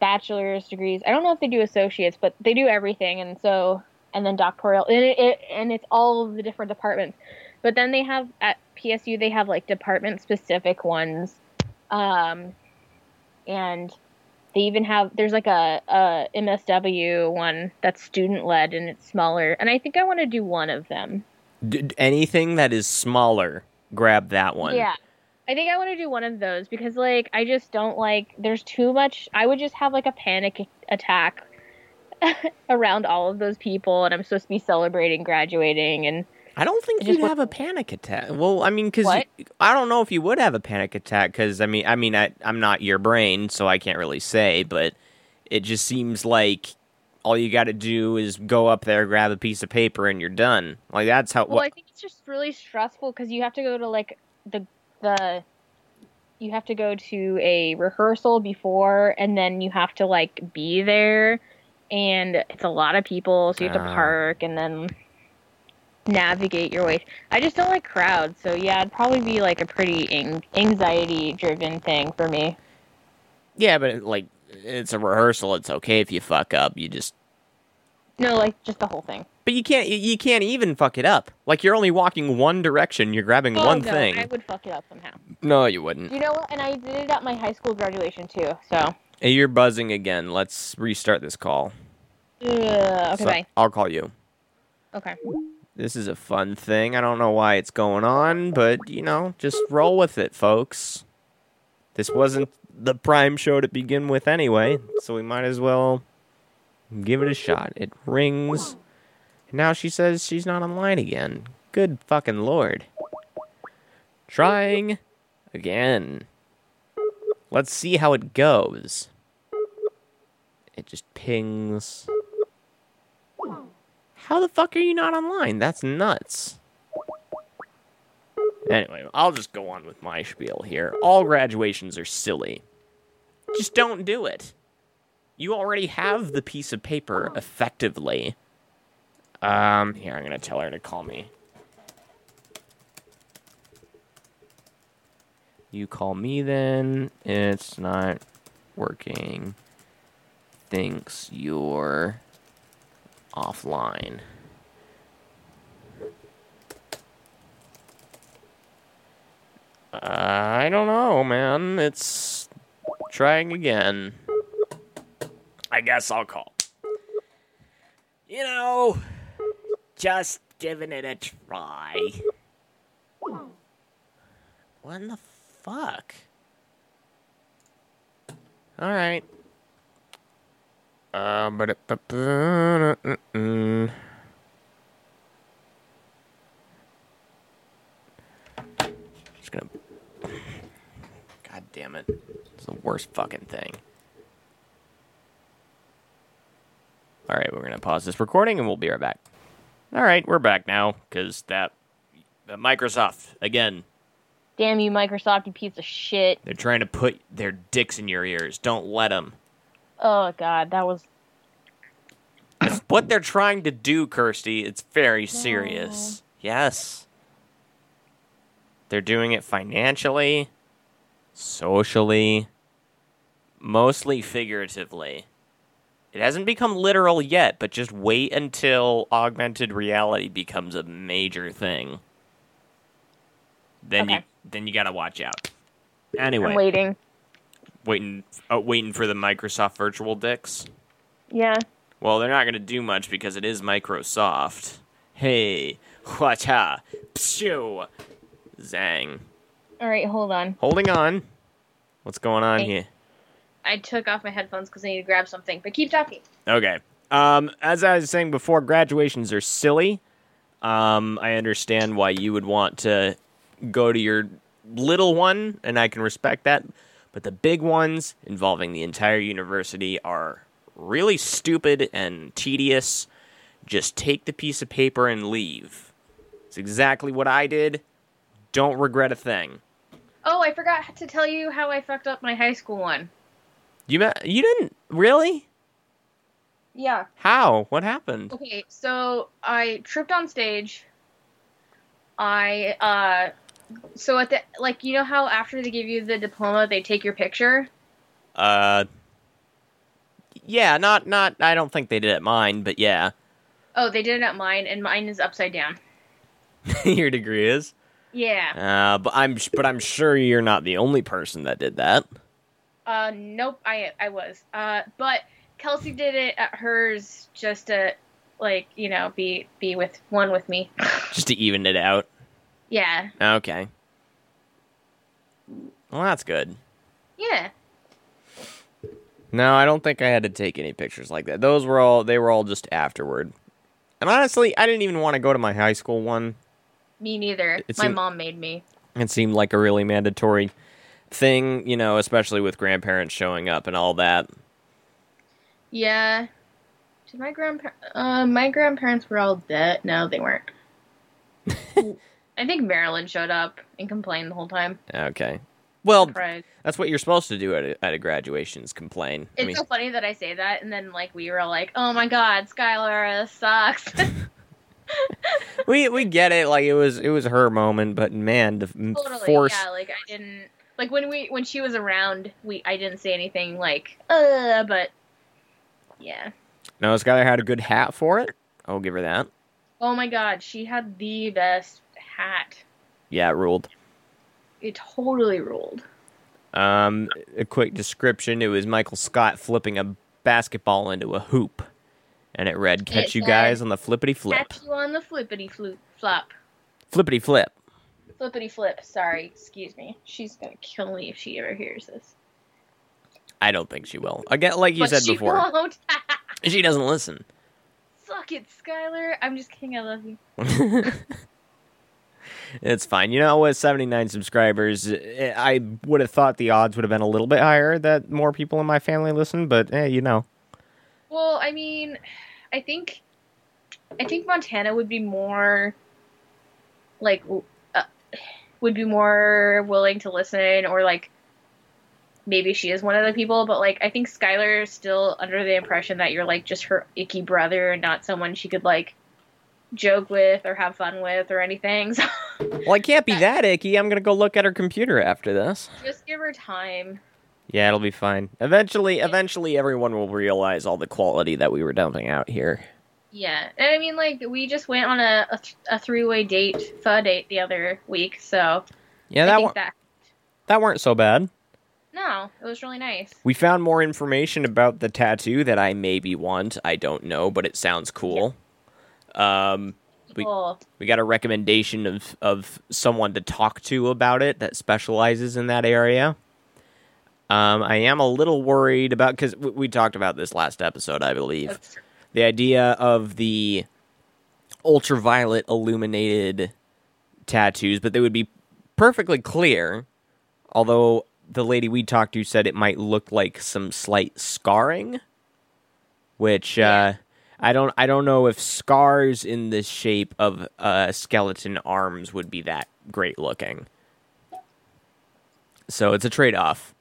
[SPEAKER 6] bachelor's degrees. I don't know if they do associates, but they do everything, and so and then doctoral, and it, it and it's all of the different departments. But then they have at PSU they have like department specific ones. Um, and they even have there's like a, a MSW one that's student led and it's smaller. And I think I want to do one of them.
[SPEAKER 5] D- d- anything that is smaller grab that one
[SPEAKER 6] Yeah. I think I want to do one of those because like I just don't like there's too much I would just have like a panic attack around all of those people and I'm supposed to be celebrating graduating and
[SPEAKER 5] I don't think
[SPEAKER 6] just
[SPEAKER 5] you'd have a panic attack. Well, I mean, because
[SPEAKER 6] What?
[SPEAKER 5] I don't know if you would have a panic attack. Because I mean, I mean, I, I'm not your brain, so I can't really say. But it just seems like all you got to do is go up there, grab a piece of paper, and you're done. Like that's how.
[SPEAKER 6] Well, I think it's just really stressful because you have to go to like the the you have to go to a rehearsal before, and then you have to like be there, and it's a lot of people, so you have to
[SPEAKER 5] Ah.
[SPEAKER 6] park and then navigate your way. I just don't like crowds, so yeah, it'd probably be like a pretty ang- anxiety driven thing for me.
[SPEAKER 5] yeah, but like it's a rehearsal. It's okay if you fuck up. You just
[SPEAKER 6] No, like just the whole thing.
[SPEAKER 5] but you can't you- you can't even fuck it up. Like you're only walking one direction. You're grabbing one
[SPEAKER 6] One
[SPEAKER 5] thing.
[SPEAKER 6] Oh, I would fuck it up somehow.
[SPEAKER 5] No, you wouldn't.
[SPEAKER 6] You know what? And I did it at my high school graduation too. So
[SPEAKER 5] Hey, you're buzzing again. Let's restart this call.
[SPEAKER 6] Ugh, okay,
[SPEAKER 5] So-
[SPEAKER 6] bye.
[SPEAKER 5] I'll call you.
[SPEAKER 6] Okay.
[SPEAKER 5] This is a fun thing. I don't know why it's going on, but you know, just roll with it, folks. This wasn't the prime show to begin with anyway, so we might as well give it a shot. It rings. Now she says she's not online again. Good fucking lord. Trying again. Let's see how it goes. It just pings. How the fuck are you not online? That's nuts. Anyway, I'll just go on with my spiel here. All graduations are silly. Just don't do it. You already have the piece of paper effectively. Um, here, I'm gonna tell her to call me. You call me then. It's not working. Thinks you're offline. I don't know, man. It's trying again. I guess I'll call. You know, just giving it a try. What in the fuck? All right. Uh, but uh, just gonna. God damn it! It's the worst fucking thing. All right, we're gonna pause this recording and we'll be right back. All right, we're back now because that uh, Microsoft again.
[SPEAKER 6] Damn you, Microsoft, you piece of shit.
[SPEAKER 5] They're trying to put their dicks in your ears. Don't let them.
[SPEAKER 6] Oh god, that was
[SPEAKER 5] It's what they're trying to do, Kirsty. It's very serious. Yes. They're doing it financially, socially, mostly figuratively. It hasn't become literal yet, but just wait until augmented reality becomes a major thing. Then you
[SPEAKER 6] Okay.
[SPEAKER 5] then you got to watch out. Anyway,
[SPEAKER 6] I'm waiting.
[SPEAKER 5] waiting uh, waiting for the Microsoft virtual dicks.
[SPEAKER 6] Yeah.
[SPEAKER 5] Well, they're not going to do much because it is Microsoft. Hey, whatcha? Pshoo! Zang.
[SPEAKER 6] Alright, hold on.
[SPEAKER 5] Holding on. What's going on
[SPEAKER 6] Hey.
[SPEAKER 5] here?
[SPEAKER 6] I took off my headphones because I need to grab something. But keep talking.
[SPEAKER 5] Okay. Um, as I was saying before, graduations are silly. Um, I understand why you would want to go to your little one, and I can respect that. But the big ones involving the entire university are really stupid and tedious. Just take the piece of paper and leave. It's exactly what I did. Don't regret a thing.
[SPEAKER 6] Oh, I forgot to tell you how I fucked up my high school one.
[SPEAKER 5] You ma- you didn't really?
[SPEAKER 6] Yeah.
[SPEAKER 5] How? What happened?
[SPEAKER 6] Okay, so I tripped on stage. I uh so at the like you know how after they give you the diploma they take your picture?
[SPEAKER 5] Uh, yeah, not not. I don't think they did at mine, but yeah,
[SPEAKER 6] Oh, they did it at mine and mine is upside down.
[SPEAKER 5] your degree is.
[SPEAKER 6] Yeah.
[SPEAKER 5] Uh, but I'm but I'm sure you're not the only person that did that.
[SPEAKER 6] Uh nope, I I was. Uh but Kelsey did it at hers just to like, you know, be be with one with me.
[SPEAKER 5] Just to even it out.
[SPEAKER 6] Yeah.
[SPEAKER 5] Okay. Well, that's good.
[SPEAKER 6] Yeah.
[SPEAKER 5] No, I don't think I had to take any pictures like that. Those were all they were all just afterward. And honestly, I didn't even want to go to my high school one.
[SPEAKER 6] Me neither.
[SPEAKER 5] It
[SPEAKER 6] My
[SPEAKER 5] seem-
[SPEAKER 6] mom made me.
[SPEAKER 5] it seemed like a really mandatory thing, you know, especially with grandparents showing up and all that.
[SPEAKER 6] Yeah. Did my grandpa uh, my grandparents were all dead. No, they weren't. I think Marilyn showed up and complained the whole time.
[SPEAKER 5] Okay. Well,
[SPEAKER 6] Surprise.
[SPEAKER 5] That's what you're supposed to do at a, at a graduation is complain.
[SPEAKER 6] It's
[SPEAKER 5] I mean,
[SPEAKER 6] so funny that I say that, and then like we were all like, "Oh my God, Skylar this sucks."
[SPEAKER 5] we we get it. Like it was it was her moment, but man, to f-
[SPEAKER 6] totally.
[SPEAKER 5] force
[SPEAKER 6] Yeah. Like I didn't like when we when she was around. We I didn't say anything like, "Uh," but yeah.
[SPEAKER 5] no, Skylar had a good hat for it. I'll give her that.
[SPEAKER 6] Oh my God, she had the best hat.
[SPEAKER 5] Yeah, it ruled.
[SPEAKER 6] It totally ruled.
[SPEAKER 5] Um, a quick description: It was Michael Scott flipping a basketball into a hoop, and it read, "Catch
[SPEAKER 6] It
[SPEAKER 5] you
[SPEAKER 6] said,
[SPEAKER 5] guys on the flippity flip,
[SPEAKER 6] Catch you on the flippity flop flop.
[SPEAKER 5] flippity flip."
[SPEAKER 6] Flippity flip. Sorry, excuse me. She's gonna kill me if she ever hears this.
[SPEAKER 5] I don't think she will. Again, like you
[SPEAKER 6] but
[SPEAKER 5] said
[SPEAKER 6] she
[SPEAKER 5] before,
[SPEAKER 6] won't.
[SPEAKER 5] she doesn't listen.
[SPEAKER 6] Suck it, Skylar. I'm just kidding. I love you.
[SPEAKER 5] It's fine. You know, with 79 subscribers, eh, I would have thought the odds would have been a little bit higher that more people in my family listen, but eh, you know.
[SPEAKER 6] Well, I mean, I think, I think Montana would be more, like, w- uh, would be more willing to listen, or like, maybe she is one of the people. But like, I think Skylar is still under the impression that you're like just her icky brother and not someone she could like joke with or have fun with or anything. So
[SPEAKER 5] Well, I can't be that icky. I'm going to go look at her computer after this.
[SPEAKER 6] just give her time.
[SPEAKER 5] Yeah, it'll be fine. Eventually, eventually everyone will realize all the quality that we were dumping out here.
[SPEAKER 6] Yeah, and I mean, like, we just went on a a, th- a three way date, pho date the other week, so
[SPEAKER 5] Yeah,
[SPEAKER 6] I
[SPEAKER 5] that
[SPEAKER 6] think
[SPEAKER 5] wa-
[SPEAKER 6] that
[SPEAKER 5] that weren't so bad.
[SPEAKER 6] No, it was really nice.
[SPEAKER 5] We found more information about the tattoo that I maybe want. I don't know, but it sounds cool. Um, we,
[SPEAKER 6] Cool.
[SPEAKER 5] we got a recommendation of, of someone to talk to about it that specializes in that area. Um, I am a little worried about because we, we talked about this last episode, I believe.
[SPEAKER 6] That's-
[SPEAKER 5] the idea of the ultraviolet illuminated tattoos, but they would be perfectly clear. Although the lady we talked to said it might look like some slight scarring, which uh, I don't I don't know if scars in the shape of uh, skeleton arms would be that great looking. So it's a trade off.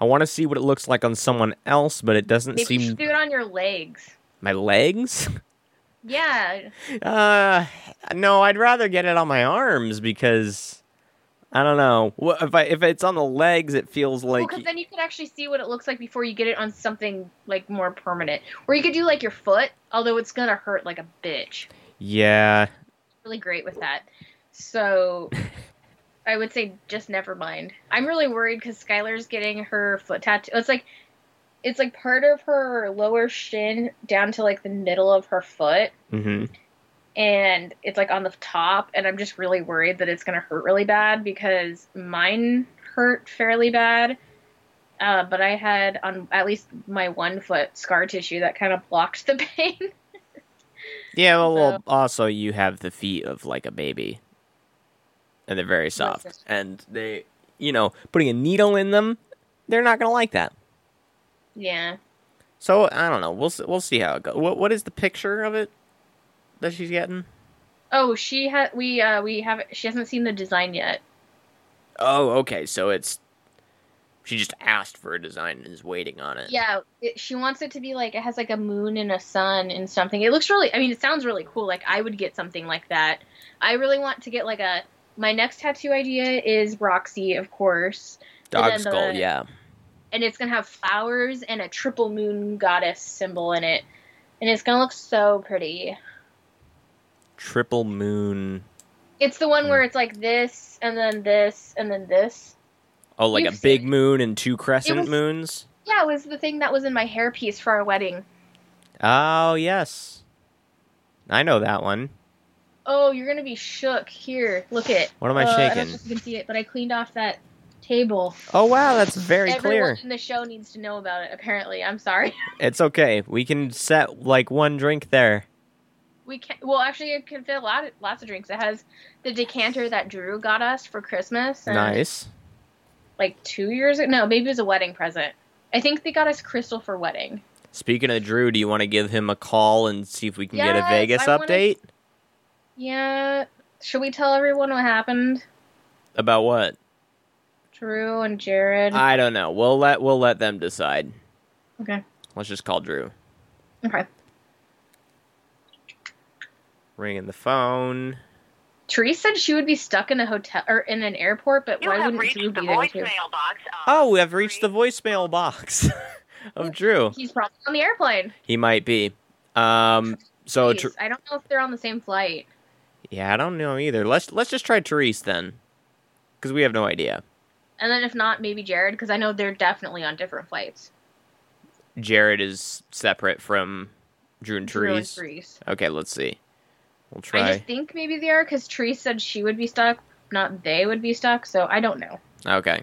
[SPEAKER 5] I want to see what it looks like on someone else, but it doesn't
[SPEAKER 6] Maybe you
[SPEAKER 5] seem
[SPEAKER 6] should do it on your legs.
[SPEAKER 5] my legs.
[SPEAKER 6] Yeah,
[SPEAKER 5] Uh, no, I'd rather get it on my arms because I don't know. Wha- If I if it's on the legs, it feels
[SPEAKER 6] Well,
[SPEAKER 5] like
[SPEAKER 6] 'cause then you could actually see what it looks like before you get it on something like more permanent. Or you could do like your foot, although it's gonna hurt like a bitch.
[SPEAKER 5] yeah.
[SPEAKER 6] Really great with that. So I would say just never mind. I'm really worried because Skylar's getting her foot tattoo. It's like it's like part of her lower shin down to like the middle of her foot,
[SPEAKER 5] hmm
[SPEAKER 6] and it's like on the top. And I'm just really worried that it's gonna hurt really bad because mine hurt fairly bad. Uh, but I had on at least my one foot scar tissue that kind of blocked the pain.
[SPEAKER 5] Yeah. Well, well,
[SPEAKER 6] So-
[SPEAKER 5] also you have the feet of like a baby, and they're very soft,
[SPEAKER 6] Listen.
[SPEAKER 5] and they, you know, putting a needle in them, they're not gonna like that.
[SPEAKER 6] yeah.
[SPEAKER 5] So I don't know. We'll s- we'll see how it goes. What what is the picture of it that she's getting?
[SPEAKER 6] Oh, she had we uh we have she hasn't seen the design yet.
[SPEAKER 5] Oh, okay. So it's she just asked for a design and is waiting on it.
[SPEAKER 6] Yeah, it, she wants it to be like it has like a moon and a sun and something. It looks really I mean it sounds really cool. Like I would get something like that. I really want to get like a my next tattoo idea is Roxy, of course, But
[SPEAKER 5] Dog
[SPEAKER 6] then the-
[SPEAKER 5] skull. yeah.
[SPEAKER 6] and it's going to have flowers and a triple moon goddess symbol in it. And it's going to look so pretty.
[SPEAKER 5] triple moon.
[SPEAKER 6] It's the
[SPEAKER 5] Hmm.
[SPEAKER 6] one where it's like this and then this and then this.
[SPEAKER 5] Oh, like
[SPEAKER 6] You've
[SPEAKER 5] a big
[SPEAKER 6] seen-
[SPEAKER 5] moon and two crescent
[SPEAKER 6] was-
[SPEAKER 5] moons.
[SPEAKER 6] Yeah, it was the thing that was in my hairpiece for our wedding.
[SPEAKER 5] Oh yes, I know that one.
[SPEAKER 6] Oh, you're gonna be shook. Here, look at.
[SPEAKER 5] What am I
[SPEAKER 6] uh, I don't
[SPEAKER 5] shaking?
[SPEAKER 6] know if you can see it, but I cleaned off that table.
[SPEAKER 5] Oh wow, that's very
[SPEAKER 6] Everyone
[SPEAKER 5] clear.
[SPEAKER 6] in the show needs to know about it. Apparently, I'm sorry.
[SPEAKER 5] It's okay. We can set like one drink there.
[SPEAKER 6] We can't. Well, actually, it can fit a lot, lots of drinks. It has the decanter that Drew got us for Christmas. And
[SPEAKER 5] Nice.
[SPEAKER 6] Like two years ago. No, maybe it was a wedding present. I think they got us crystal for wedding.
[SPEAKER 5] Speaking of Drew, do you want to give him a call and see if we can get a
[SPEAKER 6] Yes,
[SPEAKER 5] Vegas
[SPEAKER 6] I wanna-
[SPEAKER 5] update
[SPEAKER 6] Yeah. Should we tell everyone what happened?
[SPEAKER 5] about what?
[SPEAKER 6] Drew and Jared.
[SPEAKER 5] I don't know. We'll let we'll let them decide.
[SPEAKER 6] okay.
[SPEAKER 5] Let's just call Drew.
[SPEAKER 6] Okay.
[SPEAKER 5] Ringing the phone.
[SPEAKER 6] Therese said she would be stuck in a hotel or in an airport, but why wouldn't Drew be there too?
[SPEAKER 7] box.
[SPEAKER 5] Oh, we have reached the voicemail box of Drew.
[SPEAKER 6] He's probably on the airplane.
[SPEAKER 5] He might be. Um. So. Tr-
[SPEAKER 6] Jeez, I don't know if they're on the same flight.
[SPEAKER 5] Yeah, I don't know either. Let's let's just try Therese then, because we have no idea.
[SPEAKER 6] And then if not, maybe Jared, because I know they're definitely on different flights.
[SPEAKER 5] Jared is separate from Drew and
[SPEAKER 6] Drew and
[SPEAKER 5] Therese.
[SPEAKER 6] Therese.
[SPEAKER 5] Okay, let's see. We'll
[SPEAKER 6] I
[SPEAKER 5] try.
[SPEAKER 6] just think maybe they are, because Therese said she would be stuck, not they would be stuck. So I don't know.
[SPEAKER 5] Okay.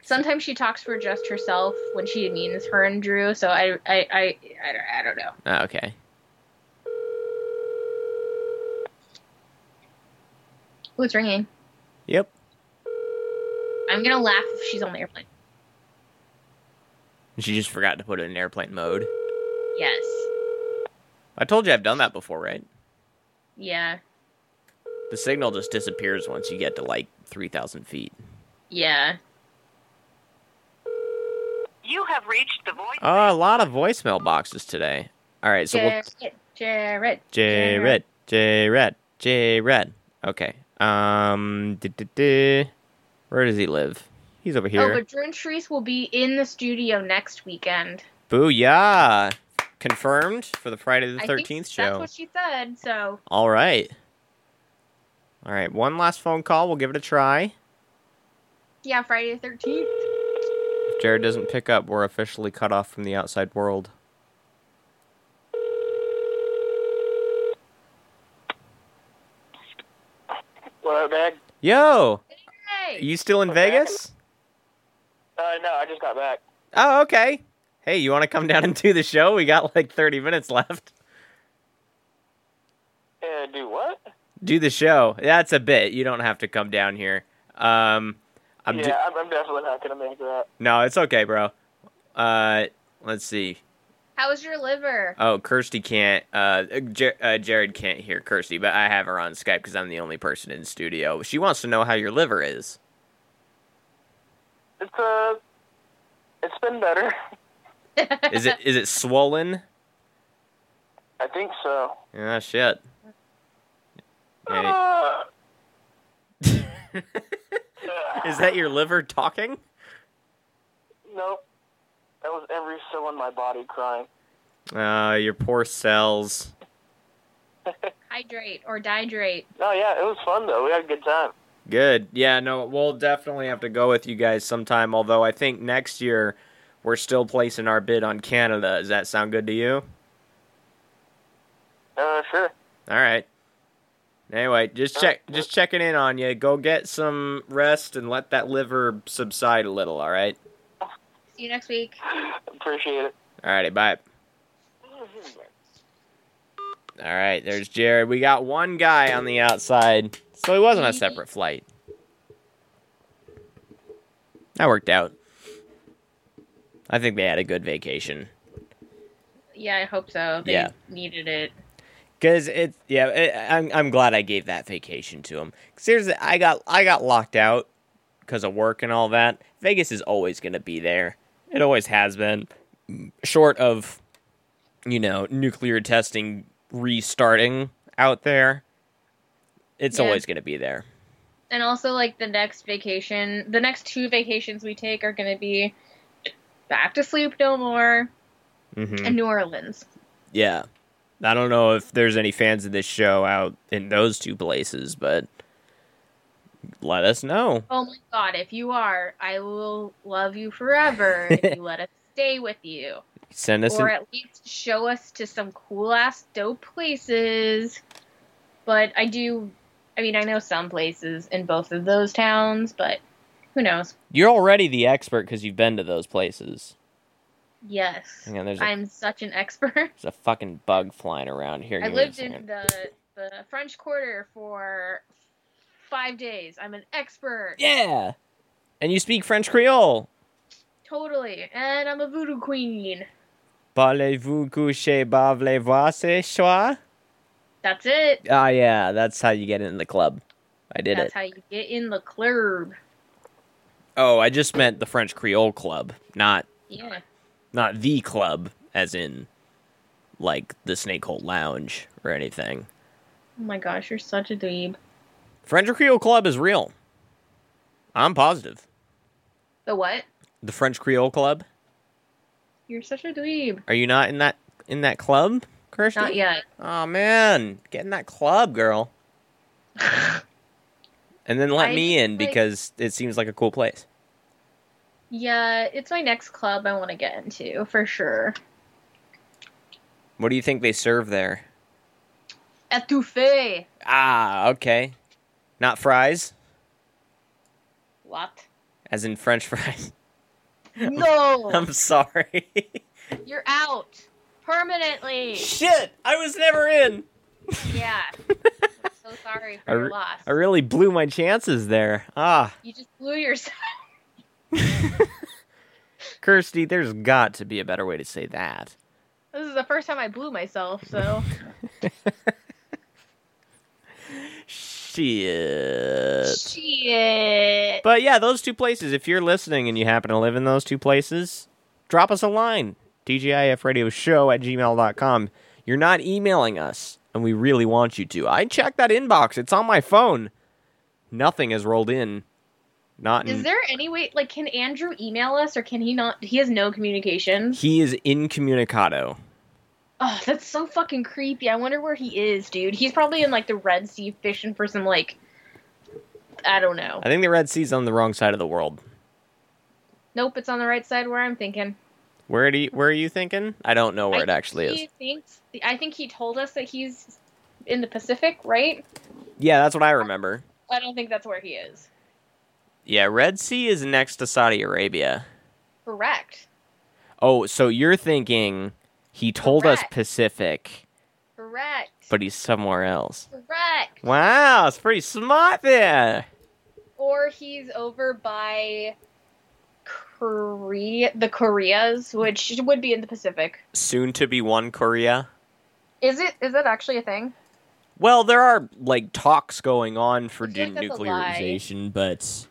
[SPEAKER 6] Sometimes she talks for just herself when she means her and Drew. So I, I, I, I, don't, I don't know.
[SPEAKER 5] Ah, Okay.
[SPEAKER 6] Oh, it's ringing.
[SPEAKER 5] Yep.
[SPEAKER 6] I'm gonna laugh if she's on the airplane.
[SPEAKER 5] She just forgot to put it in airplane mode.
[SPEAKER 6] Yes.
[SPEAKER 5] I told you I've done that before, right?
[SPEAKER 6] Yeah.
[SPEAKER 5] The signal just disappears once you get to like three thousand feet.
[SPEAKER 6] Yeah.
[SPEAKER 7] You have reached the voice.
[SPEAKER 5] Oh, a lot of voicemail boxes today. All right, so we'll
[SPEAKER 6] Jared. Jared.
[SPEAKER 5] J red, J red, J red. Okay. Um. duh, duh, duh. Where does he live? He's over
[SPEAKER 6] Oh,
[SPEAKER 5] here.
[SPEAKER 6] but Drew and Therese will be in the studio next weekend.
[SPEAKER 5] Booyah! Confirmed for the Friday the
[SPEAKER 6] I think
[SPEAKER 5] Thirteenth
[SPEAKER 6] That's
[SPEAKER 5] show.
[SPEAKER 6] what she said. So
[SPEAKER 5] All right. All right. One last phone call. We'll give it a try.
[SPEAKER 6] yeah, Friday the thirteenth.
[SPEAKER 5] Jared doesn't pick up, we're officially cut off from the outside world.
[SPEAKER 7] Well, Dad?
[SPEAKER 5] Yo, you still in Vegas?
[SPEAKER 7] Uh, no, I just got back.
[SPEAKER 5] Oh, okay. Hey, you want to come down and do the show? We got like 30 minutes left.
[SPEAKER 7] Uh, do what?
[SPEAKER 5] Do the show. That's a bit. You don't have to come down here. Um, I'm
[SPEAKER 7] yeah,
[SPEAKER 5] ju-
[SPEAKER 7] I'm, I'm definitely not going to make that.
[SPEAKER 5] no, it's okay, bro. Uh, let's see.
[SPEAKER 6] How's your liver?
[SPEAKER 5] Oh, Kirsty can't. Uh, Jer- uh, Jared can't hear Kirsty, but I have her on Skype because I'm the only person in studio. She wants to know how your liver is.
[SPEAKER 7] It's, uh, it's been better.
[SPEAKER 5] Is it is it swollen?
[SPEAKER 7] I think so.
[SPEAKER 5] Ah, shit. Hey,
[SPEAKER 7] Uh,
[SPEAKER 5] is that your liver talking?
[SPEAKER 7] nope. That was every cell in my body crying.
[SPEAKER 5] Uh, your poor cells.
[SPEAKER 6] Hydrate or dihydrate.
[SPEAKER 7] No, yeah, it was fun, though. We had a good time.
[SPEAKER 5] Good. Yeah, no, we'll definitely have to go with you guys sometime, although I think next year we're still placing our bid on Canada. Does that sound good to you?
[SPEAKER 7] Uh, sure.
[SPEAKER 5] All right. Anyway, just check just checking in on you. Go get some rest and let that liver subside a little, all right?
[SPEAKER 6] See you next week.
[SPEAKER 7] Appreciate it.
[SPEAKER 5] All righty, bye. All right, there's Jared. We got one guy on the outside, so he wasn't a separate flight. That worked out. I think they had a good vacation.
[SPEAKER 6] Yeah, I hope so. They
[SPEAKER 5] Yeah.
[SPEAKER 6] needed it.
[SPEAKER 5] Cause it, yeah, it, I'm I'm glad I gave that vacation to him. Cause here's the, I got I got locked out because of work and all that. Vegas is always gonna be there. It always has been. Short of, you know, nuclear testing restarting out there, it's
[SPEAKER 6] Yeah.
[SPEAKER 5] always gonna be there.
[SPEAKER 6] And also, like, the next vacation, the next two vacations we take are going to be back to sleep no more
[SPEAKER 5] hmm
[SPEAKER 6] and New Orleans.
[SPEAKER 5] Yeah, I don't know if there's any fans of this show out in those two places, but let us know.
[SPEAKER 6] Oh my god, if you are, I will love you forever if you let us stay with you.
[SPEAKER 5] Send us
[SPEAKER 6] or
[SPEAKER 5] an
[SPEAKER 6] at least show us to some cool ass dope places. But I do, I mean, I know some places in both of those towns, but who knows?
[SPEAKER 5] You're already the expert because you've been to those places.
[SPEAKER 6] Yes.
[SPEAKER 5] Hang on, there's a,
[SPEAKER 6] I'm such an expert.
[SPEAKER 5] there's a fucking bug flying around here.
[SPEAKER 6] I
[SPEAKER 5] Give me a
[SPEAKER 6] lived in
[SPEAKER 5] second.
[SPEAKER 6] the, the French Quarter for five days. I'm an expert.
[SPEAKER 5] Yeah, and you speak French Creole.
[SPEAKER 6] Totally. And I'm a voodoo queen.
[SPEAKER 5] Parlez-vous coucher, bavlez-vous ce soir?
[SPEAKER 6] That's it.
[SPEAKER 5] Ah, yeah, that's how you get in the club. I did
[SPEAKER 6] That's
[SPEAKER 5] it.
[SPEAKER 6] how you get in the club.
[SPEAKER 5] oh, I just meant the French Creole club, not
[SPEAKER 6] Yeah. Oh
[SPEAKER 5] not the club, as in like the Snake Hole Lounge or anything.
[SPEAKER 6] Oh my gosh, you're such a dweeb.
[SPEAKER 5] French Creole Club is real. I'm positive.
[SPEAKER 6] The what?
[SPEAKER 5] The French Creole Club.
[SPEAKER 6] You're such a dweeb.
[SPEAKER 5] Are you not in that in that club, Kirsty?
[SPEAKER 6] Not yet.
[SPEAKER 5] Oh man, get in that club, girl. and then let
[SPEAKER 6] I
[SPEAKER 5] me
[SPEAKER 6] just,
[SPEAKER 5] in
[SPEAKER 6] like-
[SPEAKER 5] because it seems like a cool place.
[SPEAKER 6] Yeah, it's my next club I want to get into for sure.
[SPEAKER 5] What do you think they serve there?
[SPEAKER 6] Etouffee.
[SPEAKER 5] Ah, okay. Not fries,
[SPEAKER 6] What?
[SPEAKER 5] as in French fries.
[SPEAKER 6] No,
[SPEAKER 5] I'm sorry.
[SPEAKER 6] you're out permanently.
[SPEAKER 5] Shit, I was never in.
[SPEAKER 6] Yeah. I'm so sorry
[SPEAKER 5] I
[SPEAKER 6] for your
[SPEAKER 5] re-
[SPEAKER 6] loss.
[SPEAKER 5] I really blew my chances there. Ah,
[SPEAKER 6] you just blew yourself.
[SPEAKER 5] Kirsty, there's got to be a better way to say that.
[SPEAKER 6] This is the first time I blew myself, so
[SPEAKER 5] Shit.
[SPEAKER 6] shit.
[SPEAKER 5] But yeah, those two places. If you're listening and you happen to live in those two places, drop us a line. DGIFRadioShow at gmail.com. You're not emailing us, and we really want you to. I checked that inbox. It's on my phone. Nothing has rolled in. Not in,
[SPEAKER 6] Is there any way? Like, can Andrew email us, or can he not? He has no communication.
[SPEAKER 5] He is incommunicado.
[SPEAKER 6] Oh, that's so fucking creepy. I wonder where he is, dude. He's probably in like the Red Sea fishing for some like, I don't know.
[SPEAKER 5] I think the Red Sea's on the wrong side of the world.
[SPEAKER 6] Nope, it's on the right side where I'm thinking.
[SPEAKER 5] Where do you, where are you thinking? I don't know where it
[SPEAKER 6] I-
[SPEAKER 5] actually
[SPEAKER 6] he
[SPEAKER 5] is.
[SPEAKER 6] Thinks, I think he told us that he's in the Pacific, right?
[SPEAKER 5] Yeah, that's what I remember.
[SPEAKER 6] I don't think that's where he is.
[SPEAKER 5] Yeah, Red Sea is next to Saudi Arabia.
[SPEAKER 6] Correct.
[SPEAKER 5] Oh, so you're thinking he told us
[SPEAKER 6] Correct.
[SPEAKER 5] Pacific,
[SPEAKER 6] Correct.
[SPEAKER 5] but he's somewhere else.
[SPEAKER 6] Correct.
[SPEAKER 5] Wow, it's pretty smart there.
[SPEAKER 6] Or he's over by Korea, the Koreas, which would be in the Pacific.
[SPEAKER 5] Soon to be one Korea.
[SPEAKER 6] Is it? Is that actually a thing?
[SPEAKER 5] Well, there are like talks going on for
[SPEAKER 6] I feel like that's a
[SPEAKER 5] denuclearization, but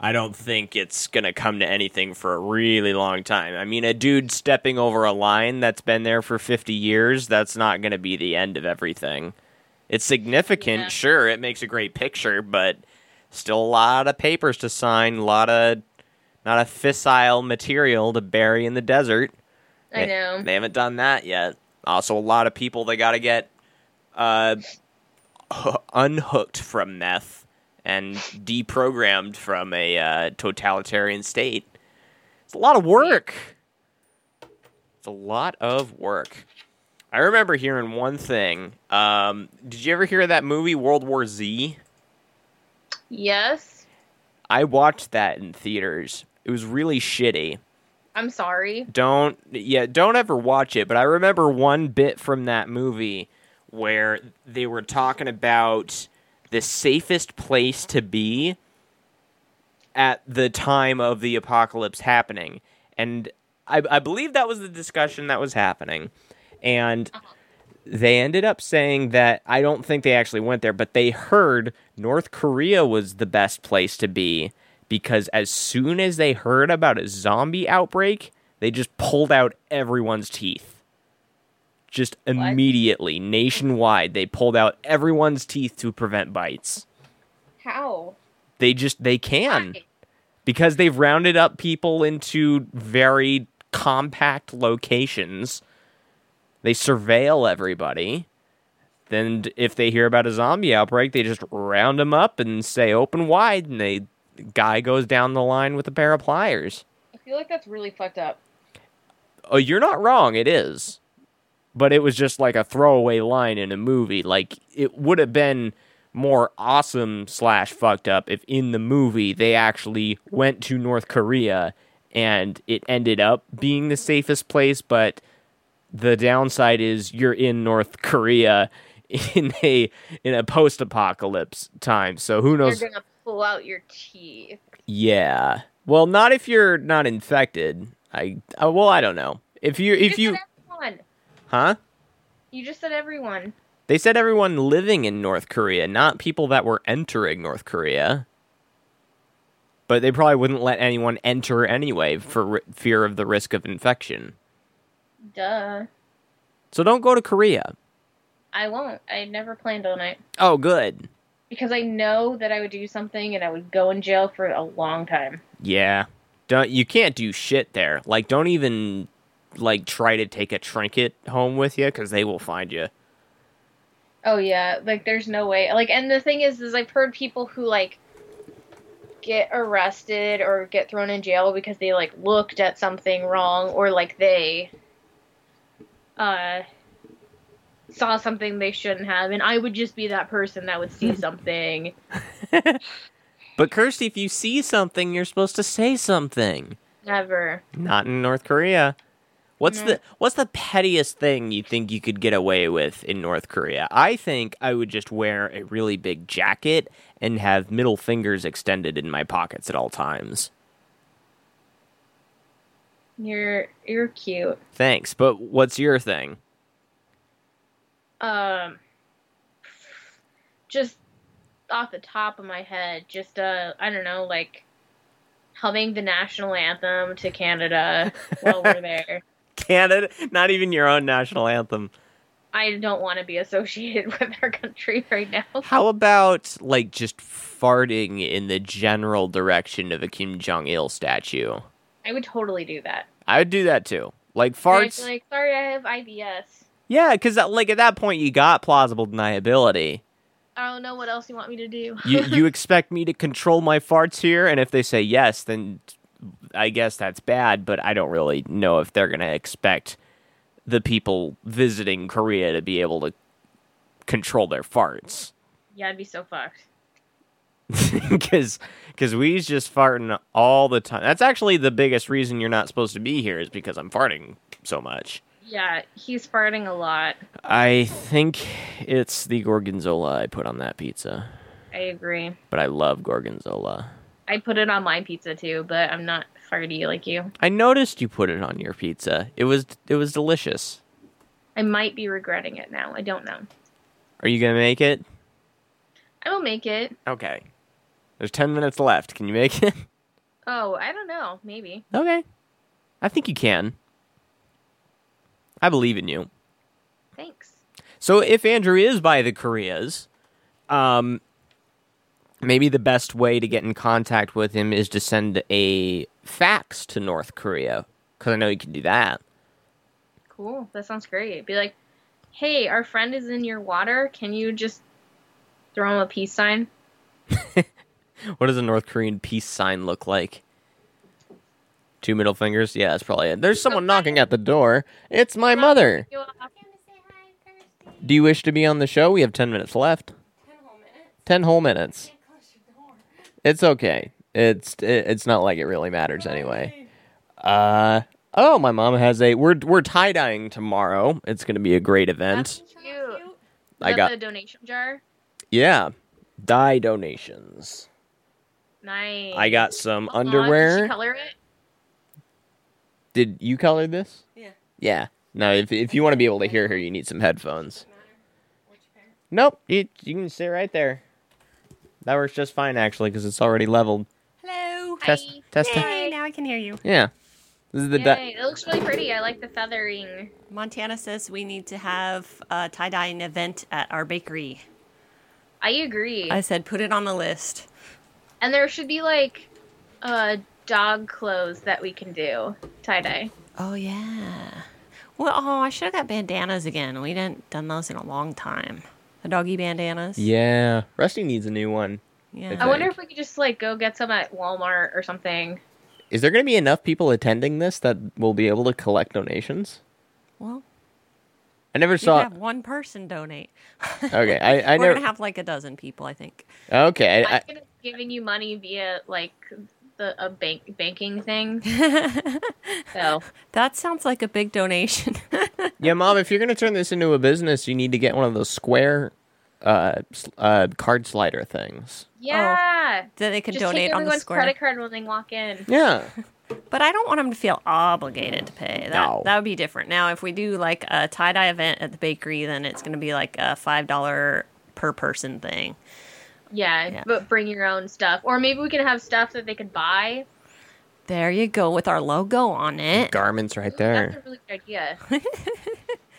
[SPEAKER 5] I don't think it's gonna come to anything for a really long time. I mean, a dude stepping over a line that's been there for fifty years—that's not gonna be the end of everything. It's significant,
[SPEAKER 6] Yeah.
[SPEAKER 5] sure. It makes a great picture, but still a lot of papers to sign, a lot of not a fissile material to bury in the desert.
[SPEAKER 6] I
[SPEAKER 5] They-
[SPEAKER 6] know.
[SPEAKER 5] They haven't done that yet. Also, a lot of people they got to get uh, h- unhooked from meth and deprogrammed from a uh, totalitarian state. It's a lot of work. It's a lot of work. I remember hearing one thing. Um, did you ever hear that movie World War Z?
[SPEAKER 6] Yes.
[SPEAKER 5] I watched that in theaters. It was really shitty.
[SPEAKER 6] I'm sorry.
[SPEAKER 5] don't yeah don't ever watch it but i remember one bit from that movie where they were talking about the safest place to be at the time of the apocalypse happening and i, I believe that was the discussion that was happening and they ended up saying that I don't think they actually went there, but they heard North Korea was the best place to be because as soon as they heard about a zombie outbreak, they just pulled out everyone's teeth. Just immediately, nationwide, they pulled out everyone's teeth to prevent bites.
[SPEAKER 6] How?
[SPEAKER 5] They just they can
[SPEAKER 6] Why?
[SPEAKER 5] because they've rounded up people into very compact locations. They surveil everybody. Then, if they hear about a zombie outbreak, they just round them up and say open wide, and they guy goes down the line with a pair of pliers.
[SPEAKER 6] I feel like that's really fucked up.
[SPEAKER 5] Oh, you're not wrong. It is, but it was just like a throwaway line in a movie. Like it would have been more awesome slash fucked up if in the movie they actually went to North Korea and it ended up being the safest place. But the downside is you're in North Korea in a in a post apocalypse time. So who
[SPEAKER 6] You're
[SPEAKER 5] knows?
[SPEAKER 6] gonna pull out your teeth.
[SPEAKER 5] Yeah. Well, not if you're not infected. I uh, well, I don't know. If you if you
[SPEAKER 6] you just said everyone.
[SPEAKER 5] huh?
[SPEAKER 6] You just said everyone.
[SPEAKER 5] They said everyone living in North Korea, not people that were entering North Korea. But they probably wouldn't let anyone enter anyway for r- fear of the risk of infection.
[SPEAKER 6] Duh.
[SPEAKER 5] So don't go to Korea.
[SPEAKER 6] I won't. I never planned on it
[SPEAKER 5] Oh, good.
[SPEAKER 6] because I know that I would do something and I would go in jail for a long time.
[SPEAKER 5] Yeah. Don't you can't do shit there. Like don't even like try to take a trinket home with you cuz they will find you.
[SPEAKER 6] Oh yeah, like there's no way. Like, and the thing is, is I've heard people who like get arrested or get thrown in jail because they like looked at something wrong or like they uh saw something they shouldn't have and I would just be that person that would see something.
[SPEAKER 5] But Kirsty, if you see something, you're supposed to say something.
[SPEAKER 6] Never.
[SPEAKER 5] Not in North Korea. What's
[SPEAKER 6] No.
[SPEAKER 5] the what's the pettiest thing you think you could get away with in North Korea? I think I would just wear a really big jacket and have middle fingers extended in my pockets at all times.
[SPEAKER 6] You're you're cute.
[SPEAKER 5] Thanks, but what's your thing?
[SPEAKER 6] Um just off the top of my head, just uh I don't know, like humming the national anthem to Canada while we're there.
[SPEAKER 5] Canada, not even your own national anthem.
[SPEAKER 6] I don't want to be associated with our country right now.
[SPEAKER 5] How about like just farting in the general direction of a Kim Jong Il statue?
[SPEAKER 6] I would totally do that.
[SPEAKER 5] I would do that too. Like
[SPEAKER 6] I'd
[SPEAKER 5] farts.
[SPEAKER 6] be like, sorry, I have IBS.
[SPEAKER 5] yeah, because like at that point you got plausible deniability.
[SPEAKER 6] I don't know what else you want me to do.
[SPEAKER 5] you you expect me to control my farts here and if they say yes then I guess that's bad, but I don't really know if they're going to expect the people visiting Korea to be able to control their farts.
[SPEAKER 6] Yeah, I'd be so fucked.
[SPEAKER 5] because because we's just farting all the time. That's actually the biggest reason you're not supposed to be here is because I'm farting so much.
[SPEAKER 6] Yeah, he's farting a lot.
[SPEAKER 5] I think it's the gorgonzola I put on that pizza,
[SPEAKER 6] I agree.
[SPEAKER 5] but I love gorgonzola.
[SPEAKER 6] I put it on my pizza too, but I'm not farty like you.
[SPEAKER 5] I noticed you put it on your pizza. It was it was delicious.
[SPEAKER 6] I might be regretting it now. I don't know.
[SPEAKER 5] Are you gonna make it?
[SPEAKER 6] I will make it.
[SPEAKER 5] Okay. There's ten minutes left. Can you make it?
[SPEAKER 6] Oh, I don't know. Maybe.
[SPEAKER 5] okay. I think you can. I believe in you.
[SPEAKER 6] Thanks.
[SPEAKER 5] So if Andrew is by the Koreas, um, maybe the best way to get in contact with him is to send a fax to North Korea because I know you can do that.
[SPEAKER 6] Cool. That sounds great. Be like, hey, our friend is in your water. Can you just throw him a peace sign?
[SPEAKER 5] What does a North Korean peace sign look like? Two middle fingers? Yeah, that's probably it. There's someone knocking at the door. It's my mother.
[SPEAKER 6] You off.
[SPEAKER 5] Do you wish to be on the show? We have 10 minutes left. 10 whole minutes. It's okay. It's it, it's not like it really matters anyway. Uh oh, my mom has a we're we're tie-dyeing tomorrow. It's going to be a great event.
[SPEAKER 6] Cute.
[SPEAKER 5] I
[SPEAKER 6] Is that
[SPEAKER 5] got
[SPEAKER 6] the donation jar.
[SPEAKER 5] yeah, dye donations.
[SPEAKER 6] Nice.
[SPEAKER 5] I got some
[SPEAKER 6] How long? Did she
[SPEAKER 5] underwear.
[SPEAKER 6] color it?
[SPEAKER 5] Did you color this?
[SPEAKER 8] Yeah.
[SPEAKER 5] Yeah. No, if if you want to be able to hear her, you need some headphones. Nope, you you can sit right there. That works just fine actually because it's already leveled.
[SPEAKER 8] Hello.
[SPEAKER 5] Test
[SPEAKER 6] Hi.
[SPEAKER 5] test it.
[SPEAKER 8] Hey, now I can hear you.
[SPEAKER 5] Yeah. This is the di-
[SPEAKER 6] Yay, it looks really pretty. I like the feathering.
[SPEAKER 8] Montana says we need to have a tie dyeing event at our bakery.
[SPEAKER 6] I agree.
[SPEAKER 8] I said put it on the list.
[SPEAKER 6] And there should be like uh dog clothes that we can do. Tie dye.
[SPEAKER 8] Oh yeah. Well, oh, I should have got bandanas again. We didn't done those in a long time. The doggy bandanas.
[SPEAKER 5] Yeah. Rusty needs a new one.
[SPEAKER 8] Yeah.
[SPEAKER 6] I
[SPEAKER 5] Okay.
[SPEAKER 6] wonder if we could just like go get some at Walmart or something.
[SPEAKER 5] Is there going to be enough people attending this that will be able to collect donations?
[SPEAKER 8] Well,
[SPEAKER 5] I never
[SPEAKER 8] you could
[SPEAKER 5] saw.
[SPEAKER 8] have one person donate.
[SPEAKER 5] Okay, I I
[SPEAKER 8] We're
[SPEAKER 5] never.
[SPEAKER 8] gonna have like a dozen people, I think.
[SPEAKER 5] Okay, I,
[SPEAKER 6] I'm
[SPEAKER 5] I,
[SPEAKER 6] gonna be giving you money via like the a bank banking thing.
[SPEAKER 8] Oh,
[SPEAKER 6] So
[SPEAKER 8] that sounds like a big donation.
[SPEAKER 5] yeah, mom. If you're going to turn this into a business, you need to get one of those square, uh, s- uh, card slider things.
[SPEAKER 6] yeah.
[SPEAKER 8] that they could
[SPEAKER 6] Just
[SPEAKER 8] donate
[SPEAKER 6] take
[SPEAKER 8] on the
[SPEAKER 6] everyone's
[SPEAKER 8] square.
[SPEAKER 6] credit card when they walk in.
[SPEAKER 5] Yeah.
[SPEAKER 8] But I don't want them to feel obligated to pay. That
[SPEAKER 5] No.
[SPEAKER 8] that would be different. Now, if we do like a tie dye event at the bakery, then it's going to be like a five dollar per person thing.
[SPEAKER 6] Yeah,
[SPEAKER 8] Yeah.
[SPEAKER 6] but bring your own stuff, or maybe we can have stuff that they could buy.
[SPEAKER 8] There you go with our logo on it.
[SPEAKER 5] Garments right
[SPEAKER 6] That's a
[SPEAKER 5] there.
[SPEAKER 6] really good idea.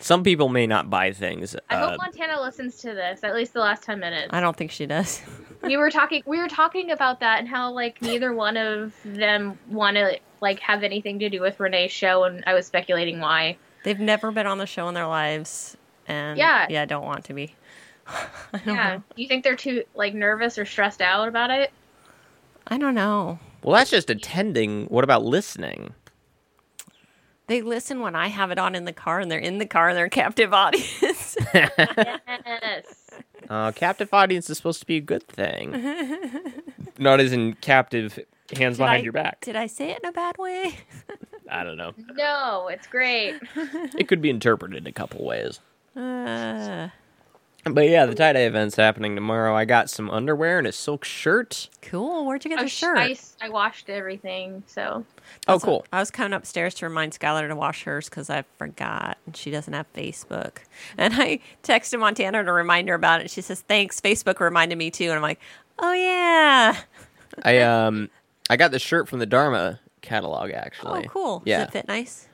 [SPEAKER 5] Some people may not buy things.
[SPEAKER 6] I hope
[SPEAKER 5] Uh,
[SPEAKER 6] Montana listens to this at least the last ten minutes.
[SPEAKER 8] I don't think she does.
[SPEAKER 6] we were talking we were talking about that and how like neither one of them want to like have anything to do with Renee's show and I was speculating why.
[SPEAKER 8] They've never been on the show in their lives, and
[SPEAKER 6] Yeah.
[SPEAKER 8] yeah, don't want to be. I don't
[SPEAKER 6] Yeah.
[SPEAKER 8] know.
[SPEAKER 6] You think they're too like nervous or stressed out about it?
[SPEAKER 8] I don't know.
[SPEAKER 5] well, that's just attending. What about listening?
[SPEAKER 8] They listen when I have it on in the car, and they're in the car, and they're a captive audience.
[SPEAKER 6] Yes.
[SPEAKER 5] Uh, captive audience is supposed to be a good thing. Not as in captive hands behind
[SPEAKER 8] I-
[SPEAKER 5] your back.
[SPEAKER 8] Did I say it in a bad way?
[SPEAKER 5] I don't know.
[SPEAKER 6] no, it's great.
[SPEAKER 5] It could be interpreted a couple ways.
[SPEAKER 8] Uh,
[SPEAKER 5] But yeah, the tie dye event's happening tomorrow. I got some underwear and a silk shirt.
[SPEAKER 8] cool. Where'd you get
[SPEAKER 6] I,
[SPEAKER 8] the
[SPEAKER 6] Oh, sh-
[SPEAKER 8] shirt?
[SPEAKER 6] I s- I washed everything,
[SPEAKER 5] Oh,
[SPEAKER 6] so
[SPEAKER 8] That's what-
[SPEAKER 5] cool.
[SPEAKER 8] I was coming upstairs to remind Skylar to wash hers because I forgot and she doesn't have Facebook. And I texted Montana to remind her about it. She says, Thanks. Facebook reminded me too. And I'm like, Oh, yeah.
[SPEAKER 5] I um, I got the shirt from the Dharma catalog
[SPEAKER 8] Oh,
[SPEAKER 5] actually.
[SPEAKER 8] cool.
[SPEAKER 5] Yeah,
[SPEAKER 8] Does it fit nice?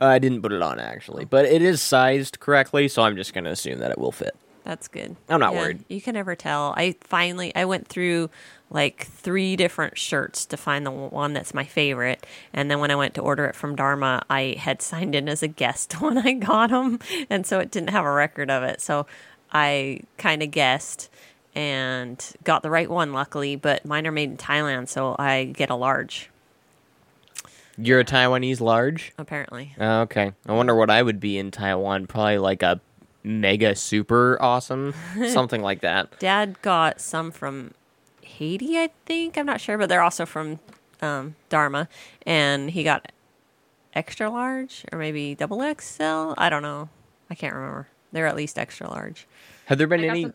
[SPEAKER 5] Uh, I didn't put it on actually, but it is sized correctly, so I'm just gonna assume that it will fit.
[SPEAKER 8] That's good.
[SPEAKER 5] I'm not worried.
[SPEAKER 8] You can never tell. I finally I went through like three different shirts to find the one that's my favorite, and then when I went to order it from Dharma, I had signed in as a guest when I got them, and so it didn't have a record of it. So I kind of guessed and got the right one, luckily. But mine are made in Thailand, so I get a large.
[SPEAKER 5] You're a Taiwanese large?
[SPEAKER 8] apparently.
[SPEAKER 5] Oh, okay. I wonder what I would be in Taiwan. Probably like a mega super awesome, something like that.
[SPEAKER 8] Dad got some from Haiti, I think. I'm not sure, but they're also from um, Dharma. And he got extra large or maybe double XL. I don't know. I can't remember. They're at least extra large.
[SPEAKER 5] Have there been
[SPEAKER 6] We got,
[SPEAKER 5] any?
[SPEAKER 6] some,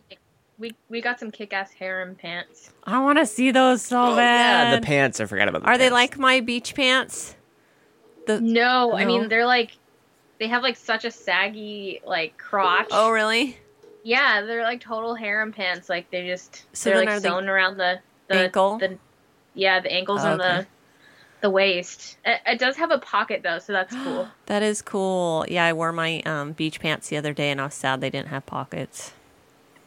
[SPEAKER 6] we, we got some kick-ass harem pants.
[SPEAKER 8] I want to see those so bad.
[SPEAKER 5] Oh, Yeah, the pants. I forgot about. The
[SPEAKER 8] Are they
[SPEAKER 5] pants.
[SPEAKER 8] like my beach pants? The
[SPEAKER 6] No, I
[SPEAKER 8] No.
[SPEAKER 6] mean they're like they have like such a saggy like crotch.
[SPEAKER 8] Oh, really?
[SPEAKER 6] Yeah, they're like total harem pants. Like they just
[SPEAKER 8] So
[SPEAKER 6] they're
[SPEAKER 8] then
[SPEAKER 6] like
[SPEAKER 8] are they
[SPEAKER 6] sewn around the, the
[SPEAKER 8] ankle?
[SPEAKER 6] The, yeah, the ankles
[SPEAKER 8] Oh,
[SPEAKER 6] and
[SPEAKER 8] okay.
[SPEAKER 6] the the waist. It, it does have a pocket though, so that's cool.
[SPEAKER 8] That is cool. Yeah, I wore my um, beach pants the other day and I was sad they didn't have pockets.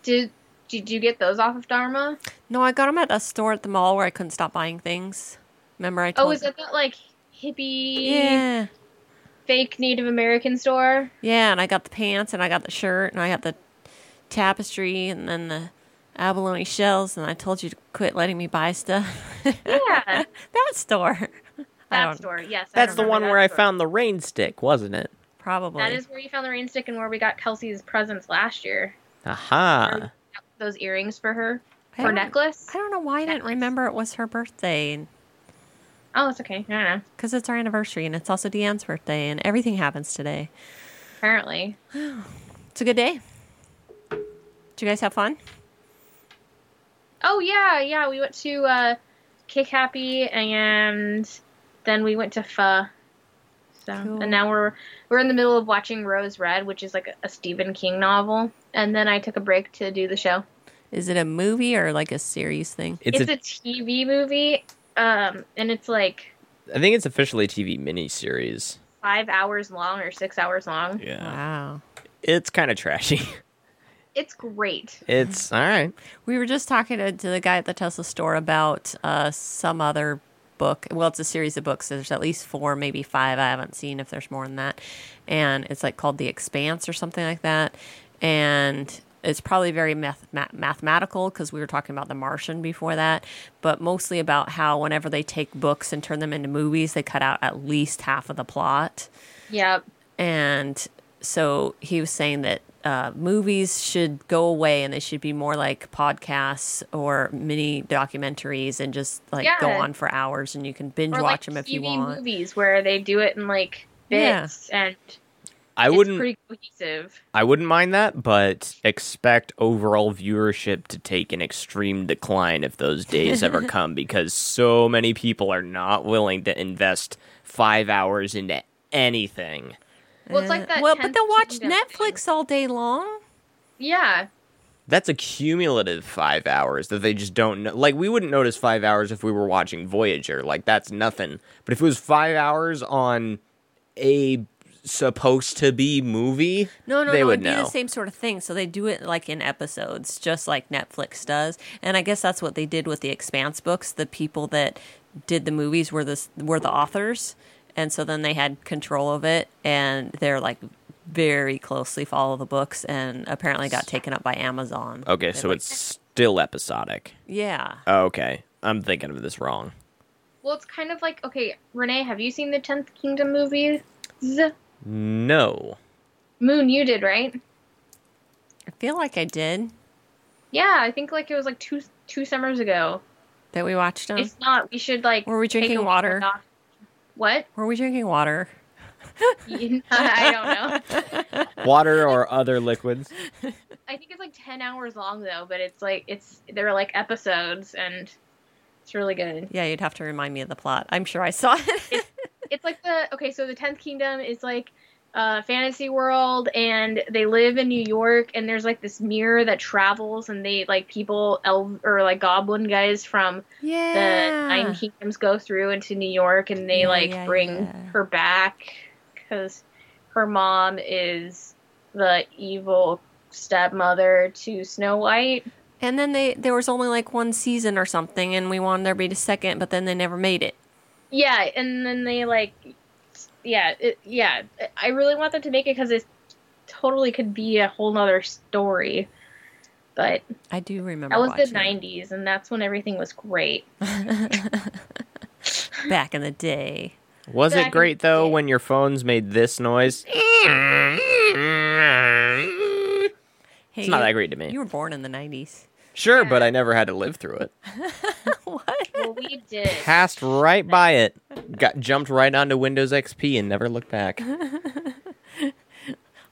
[SPEAKER 6] Did did you get those off of Dharma?
[SPEAKER 8] No, I got them at a store at the mall where I couldn't stop buying things. Remember I told
[SPEAKER 6] Oh, is that that like hippie
[SPEAKER 8] Yeah.
[SPEAKER 6] fake Native American store?
[SPEAKER 8] Yeah, and I got the pants and I got the shirt and I got the tapestry and then the abalone shells and I told you to quit letting me buy stuff.
[SPEAKER 6] Yeah,
[SPEAKER 8] that store. I
[SPEAKER 6] that
[SPEAKER 8] don't-
[SPEAKER 6] store. Yes, I
[SPEAKER 5] That's the
[SPEAKER 6] remember
[SPEAKER 5] one
[SPEAKER 6] that
[SPEAKER 5] where I
[SPEAKER 6] store.
[SPEAKER 5] found the rain stick, wasn't it?
[SPEAKER 8] Probably.
[SPEAKER 6] That is where you found the rain stick and where we got Kelsey's presents last year.
[SPEAKER 5] Aha.
[SPEAKER 6] Those earrings for her,
[SPEAKER 8] I
[SPEAKER 6] her
[SPEAKER 8] don't-
[SPEAKER 6] necklace.
[SPEAKER 8] I don't know why I didn't
[SPEAKER 6] necklace.
[SPEAKER 8] remember it was her birthday
[SPEAKER 6] Oh, it's okay. I don't know.
[SPEAKER 8] because it's our anniversary and it's also Deanne's birthday and everything happens today.
[SPEAKER 6] Apparently,
[SPEAKER 8] It's a good day. Did you guys have fun?
[SPEAKER 6] Oh yeah, yeah. We went to uh, Kick Happy, and then we went to Pho. So
[SPEAKER 8] Cool.
[SPEAKER 6] and now we're we're in the middle of watching Rose Red, which is like a Stephen King novel. And then I took a break to do the show.
[SPEAKER 8] Is it a movie or like a series thing?
[SPEAKER 5] It's,
[SPEAKER 6] It's,
[SPEAKER 5] a,
[SPEAKER 6] a, TV movie, um, and it's like
[SPEAKER 5] I think it's officially a TV miniseries.
[SPEAKER 6] five hours long or six hours long.
[SPEAKER 5] Yeah.
[SPEAKER 8] Wow.
[SPEAKER 5] It's kind of trashy.
[SPEAKER 6] It's great.
[SPEAKER 5] It's all right.
[SPEAKER 8] We were just talking to, to the guy at the Tesla store about uh, some other book. Well, it's a series of books. There's at least four, maybe five. I haven't seen if there's more than that. And it's like called The Expanse or something like that. And it's probably very math- ma- mathematical because we were talking about The Martian before that, but mostly about how whenever they take books and turn them into movies, they cut out at least half of the plot.
[SPEAKER 6] Yeah.
[SPEAKER 8] And so he was saying that uh, movies should go away and they should be more like podcasts or mini documentaries and just like go
[SPEAKER 6] Yeah.
[SPEAKER 8] on for hours and you can binge
[SPEAKER 6] Or
[SPEAKER 8] watch
[SPEAKER 6] like
[SPEAKER 8] them if
[SPEAKER 6] TV
[SPEAKER 8] you want.
[SPEAKER 6] movies where they do it in like
[SPEAKER 8] Yeah.
[SPEAKER 6] bits, and
[SPEAKER 5] I
[SPEAKER 6] it's
[SPEAKER 5] wouldn't.
[SPEAKER 6] pretty cohesive.
[SPEAKER 5] I wouldn't mind that, but expect overall viewership to take an extreme decline if those days ever come because so many people are not willing to invest five hours into anything.
[SPEAKER 6] Well, it's like that.
[SPEAKER 8] Eh, well, but
[SPEAKER 6] 10
[SPEAKER 8] they'll watch
[SPEAKER 6] Kingdom thing.
[SPEAKER 8] Netflix all day long.
[SPEAKER 6] Yeah.
[SPEAKER 5] That's a cumulative five hours that they just don't know. Like, we wouldn't notice five hours if we were watching Voyager. Like, that's nothing. But if it was five hours on a supposed to be movie,
[SPEAKER 8] No, no,
[SPEAKER 5] they
[SPEAKER 8] no.
[SPEAKER 5] would
[SPEAKER 8] it'd be
[SPEAKER 5] know.
[SPEAKER 8] the same sort of thing. So they do it like in episodes, just like Netflix does. And I guess that's what they did with the Expanse books. The people that did the movies were the were the authors, and so then they had control of it, and they're like very closely follow the books, and apparently got taken up by Amazon.
[SPEAKER 5] Okay, so it's still episodic.
[SPEAKER 8] Yeah,
[SPEAKER 5] Okay, I'm thinking of this wrong.
[SPEAKER 6] Well, it's kind of like okay, Renee, have you seen the Tenth Kingdom movies?
[SPEAKER 5] No.
[SPEAKER 6] Moon, you did right?
[SPEAKER 8] I feel like I did
[SPEAKER 6] Yeah, I think like it was like two two summers ago.
[SPEAKER 8] that. We watched them.
[SPEAKER 6] If not, we should like.
[SPEAKER 8] Uh-huh. Were we
[SPEAKER 6] take a
[SPEAKER 8] drinking water?
[SPEAKER 6] weekend off. What?
[SPEAKER 8] Were we drinking water?
[SPEAKER 6] I don't know.
[SPEAKER 5] Water or other liquids.
[SPEAKER 6] I think it's like ten hours long though, but it's like it's they're like episodes and it's really good.
[SPEAKER 8] Yeah, you'd have to remind me of the plot. I'm sure I saw it.
[SPEAKER 6] it's like the okay so the 10th kingdom is like uh, fantasy world and they live in new york and there's like this mirror that travels and they like people elf or like goblin guys from the nine kingdoms go through into new york and they
[SPEAKER 8] Yeah,
[SPEAKER 6] like
[SPEAKER 8] yeah,
[SPEAKER 6] bring
[SPEAKER 8] yeah.
[SPEAKER 6] her back because her mom is the evil stepmother to snow white
[SPEAKER 8] And then they there was only like one season or something, and we wanted there to be a second, but then they never made it.
[SPEAKER 6] Yeah, and then they like, yeah, it, yeah. I really want them to make it because it totally could be a whole nother story. But
[SPEAKER 8] I do remember
[SPEAKER 6] that was the
[SPEAKER 8] watching it
[SPEAKER 6] '90s, and that's when everything was great.
[SPEAKER 8] back in the day.
[SPEAKER 5] Was
[SPEAKER 9] Back
[SPEAKER 5] it
[SPEAKER 9] in
[SPEAKER 5] great though
[SPEAKER 9] the day.
[SPEAKER 5] when your phones made this noise?
[SPEAKER 8] Hey,
[SPEAKER 5] It's not
[SPEAKER 8] you-
[SPEAKER 5] that great to me.
[SPEAKER 8] You were born in the 90s.
[SPEAKER 5] Sure, but I never had to live through it.
[SPEAKER 8] What?
[SPEAKER 9] Well, we did.
[SPEAKER 5] Passed right by it. Got jumped right onto Windows XP and never looked back.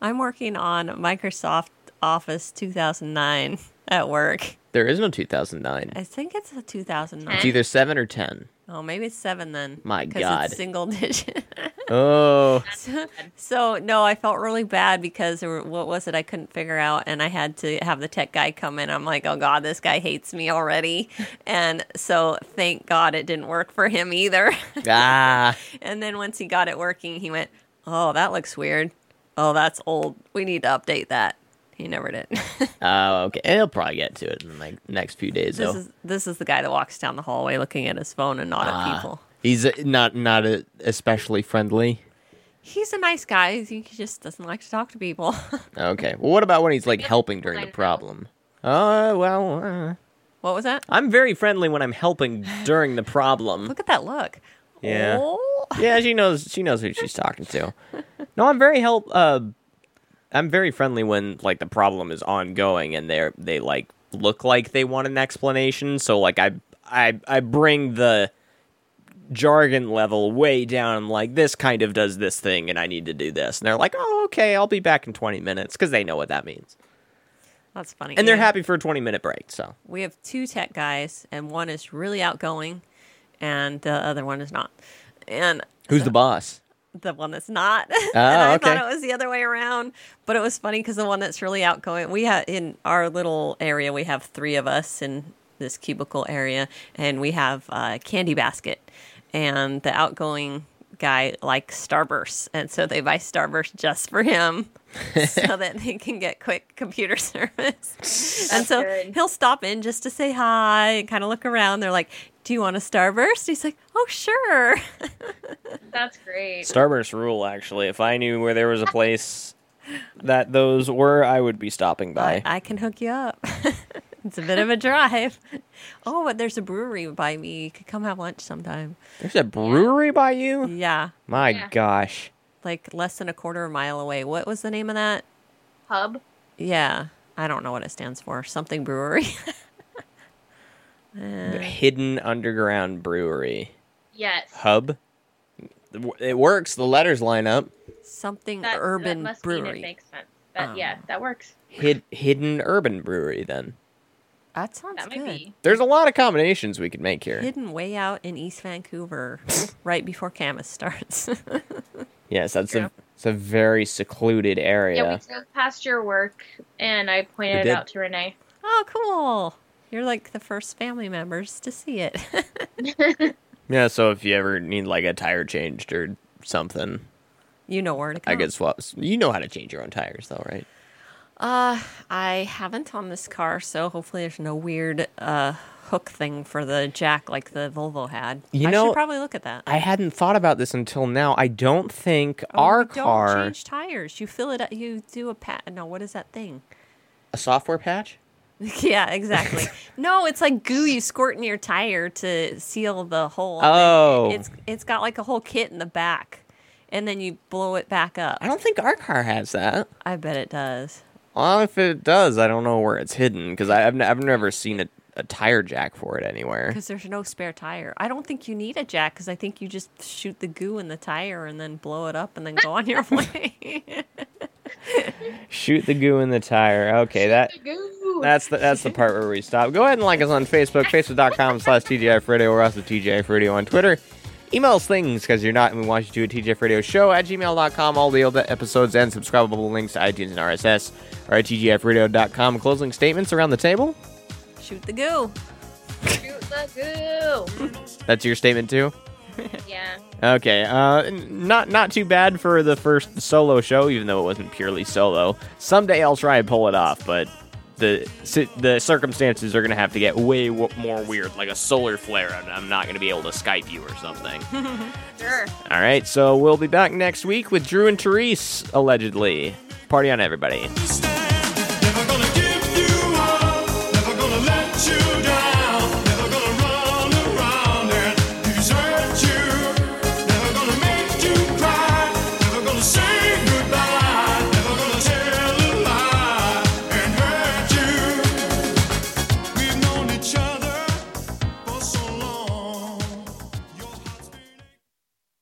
[SPEAKER 8] I'm working on Microsoft Office 2009 at work.
[SPEAKER 5] There is no 2009.
[SPEAKER 8] I think it's a 2009.
[SPEAKER 5] It's either 7 or 10.
[SPEAKER 8] Oh, maybe it's seven then.
[SPEAKER 5] My
[SPEAKER 8] 'cause
[SPEAKER 5] God.
[SPEAKER 8] it's single digit.
[SPEAKER 5] Oh.
[SPEAKER 8] so no, I felt really bad because there were, what was it? I couldn't figure out, and I had to have the tech guy come in. I'm like, oh God, this guy hates me already, and so thank God it didn't work for him either.
[SPEAKER 5] Ah.
[SPEAKER 8] and then once he got it working, he went, oh, that looks weird. Oh, that's old. We need to update that. He never did.
[SPEAKER 5] Oh, okay. It'll probably get to it in the like, next few days,
[SPEAKER 8] this
[SPEAKER 5] though.
[SPEAKER 8] is this is the guy that walks down the hallway looking at his phone and not at people.
[SPEAKER 5] He's uh, not not uh, especially friendly.
[SPEAKER 8] He's a nice guy. He just doesn't like to talk to people.
[SPEAKER 5] Okay. Well, what about when he's like helping during the
[SPEAKER 9] Fine.
[SPEAKER 5] problem? Oh, well, uh,
[SPEAKER 8] what was that?
[SPEAKER 5] I'm very friendly when I'm helping during the problem.
[SPEAKER 8] Look at that look.
[SPEAKER 5] Yeah.
[SPEAKER 8] Oh.
[SPEAKER 5] Yeah, she knows she knows who she's talking to. No, I'm very help uh I'm very friendly when like the problem is ongoing and they're they like look like they want an explanation, so like I I I bring the jargon level way down. I'm like this kind of does this thing and I need to do this. And they're like, "Oh, okay, I'll be back in 20 minutes" cuz they know what that means.
[SPEAKER 8] That's funny.
[SPEAKER 5] And they're
[SPEAKER 8] Yeah.
[SPEAKER 5] happy for a 20 minute break, so.
[SPEAKER 8] We have two tech guys, and one is really outgoing, and the other one is not. And
[SPEAKER 5] Who's the boss?
[SPEAKER 8] the one that's not. and I
[SPEAKER 5] okay.
[SPEAKER 8] thought it was the other way around, but it was funny because the one that's really outgoing. We have in our little area, we have three of us in this cubicle area, and we have a candy basket, and the outgoing guy likes Starburst, and so they buy Starburst just for him. so that they can get quick computer service. and so
[SPEAKER 9] good.
[SPEAKER 8] he'll stop in just to say hi and kind of look around. They're like, Do you want a Starburst? He's like, Oh, sure.
[SPEAKER 9] That's great.
[SPEAKER 5] Starburst rule, actually. If I knew where there was a place that those were, I would be stopping by.
[SPEAKER 8] I, I can hook you up. it's a bit of a drive. Oh, but there's a brewery by me. You could come have lunch sometime.
[SPEAKER 5] There's a brewery by you?
[SPEAKER 8] Yeah,
[SPEAKER 5] My
[SPEAKER 9] Yeah.
[SPEAKER 5] gosh.
[SPEAKER 8] like less than a quarter mile away. What was the name of that?
[SPEAKER 9] Hub.
[SPEAKER 8] Yeah, I don't know what it stands for. Something brewery. Eh,
[SPEAKER 5] The hidden underground brewery.
[SPEAKER 9] Yes.
[SPEAKER 5] Hub? It works. The letters line up.
[SPEAKER 8] Something
[SPEAKER 9] That,
[SPEAKER 8] urban
[SPEAKER 9] that must mean
[SPEAKER 8] brewery. Oh.
[SPEAKER 9] it makes sense. That, Yeah, that works.
[SPEAKER 5] Hid- hidden urban brewery, then.
[SPEAKER 8] that sounds
[SPEAKER 9] That might
[SPEAKER 8] good.
[SPEAKER 9] be.
[SPEAKER 5] There's a lot of combinations we could make here.
[SPEAKER 8] Hidden way out in East Vancouver, right before Camas starts.
[SPEAKER 5] yes, that's
[SPEAKER 9] Yeah.
[SPEAKER 5] a, it's a very secluded
[SPEAKER 9] Yeah,
[SPEAKER 5] area.
[SPEAKER 9] we drove past your work, and I pointed
[SPEAKER 5] did.
[SPEAKER 9] it out to Renee.
[SPEAKER 8] oh, cool. You're like the first family members to see it.
[SPEAKER 5] yeah, so if you ever need like a tire changed or something,
[SPEAKER 8] you know where to come.
[SPEAKER 5] I could swap. You know how to change your own tires, though, right?
[SPEAKER 8] Uh, I haven't on this car, so hopefully there's no weird uh hook thing for the jack like the Volvo had.
[SPEAKER 5] You
[SPEAKER 8] I
[SPEAKER 5] know-
[SPEAKER 8] should probably look at that.
[SPEAKER 5] I hadn't thought about this until now. I don't think
[SPEAKER 8] Oh,
[SPEAKER 5] our
[SPEAKER 8] you
[SPEAKER 5] car
[SPEAKER 8] don't change tires. You fill it up. You do a pat. No, what is that thing?
[SPEAKER 5] a software patch.
[SPEAKER 8] yeah, exactly. no, it's like goo you squirt in your tire to seal the hole. and
[SPEAKER 5] Oh.
[SPEAKER 8] it's it's got like a whole kit in the back, and then you blow it back up.
[SPEAKER 5] I don't think our car has that.
[SPEAKER 8] I bet it does.
[SPEAKER 5] Well, if it does, I don't know where it's hidden because I've n- I've never seen a, a tire jack for it anywhere.
[SPEAKER 8] Because there's no spare tire. I don't think you need a jack because I think you just shoot the goo in the tire and then blow it up and then go on your way.
[SPEAKER 5] Shoot the goo in the tire. Okay, that that's the that's the part where we stop. Go ahead and like us on Facebook, facebook.com slash TGIF Radio. We're also TGIF Radio on Twitter. Email us things because you're not and we want you to do a TGIF Radio show at gmail.com. All the old episodes and subscribable links to iTunes and RSS are at TGIFradio.com. Closing statements around the table.
[SPEAKER 8] shoot the goo.
[SPEAKER 9] Shoot the goo.
[SPEAKER 5] That's your statement too.
[SPEAKER 9] yeah.
[SPEAKER 5] Okay, uh, n- not not too bad for the first solo show, even though it wasn't purely solo. Someday I'll try and pull it off, but the si- the circumstances are gonna have to get way w- more weird, like a solar flare, and I'm not gonna be able to Skype you or something.
[SPEAKER 9] Sure.
[SPEAKER 5] All right, so we'll be back next week with Drew and Therese, allegedly. Party on, everybody.
[SPEAKER 2] This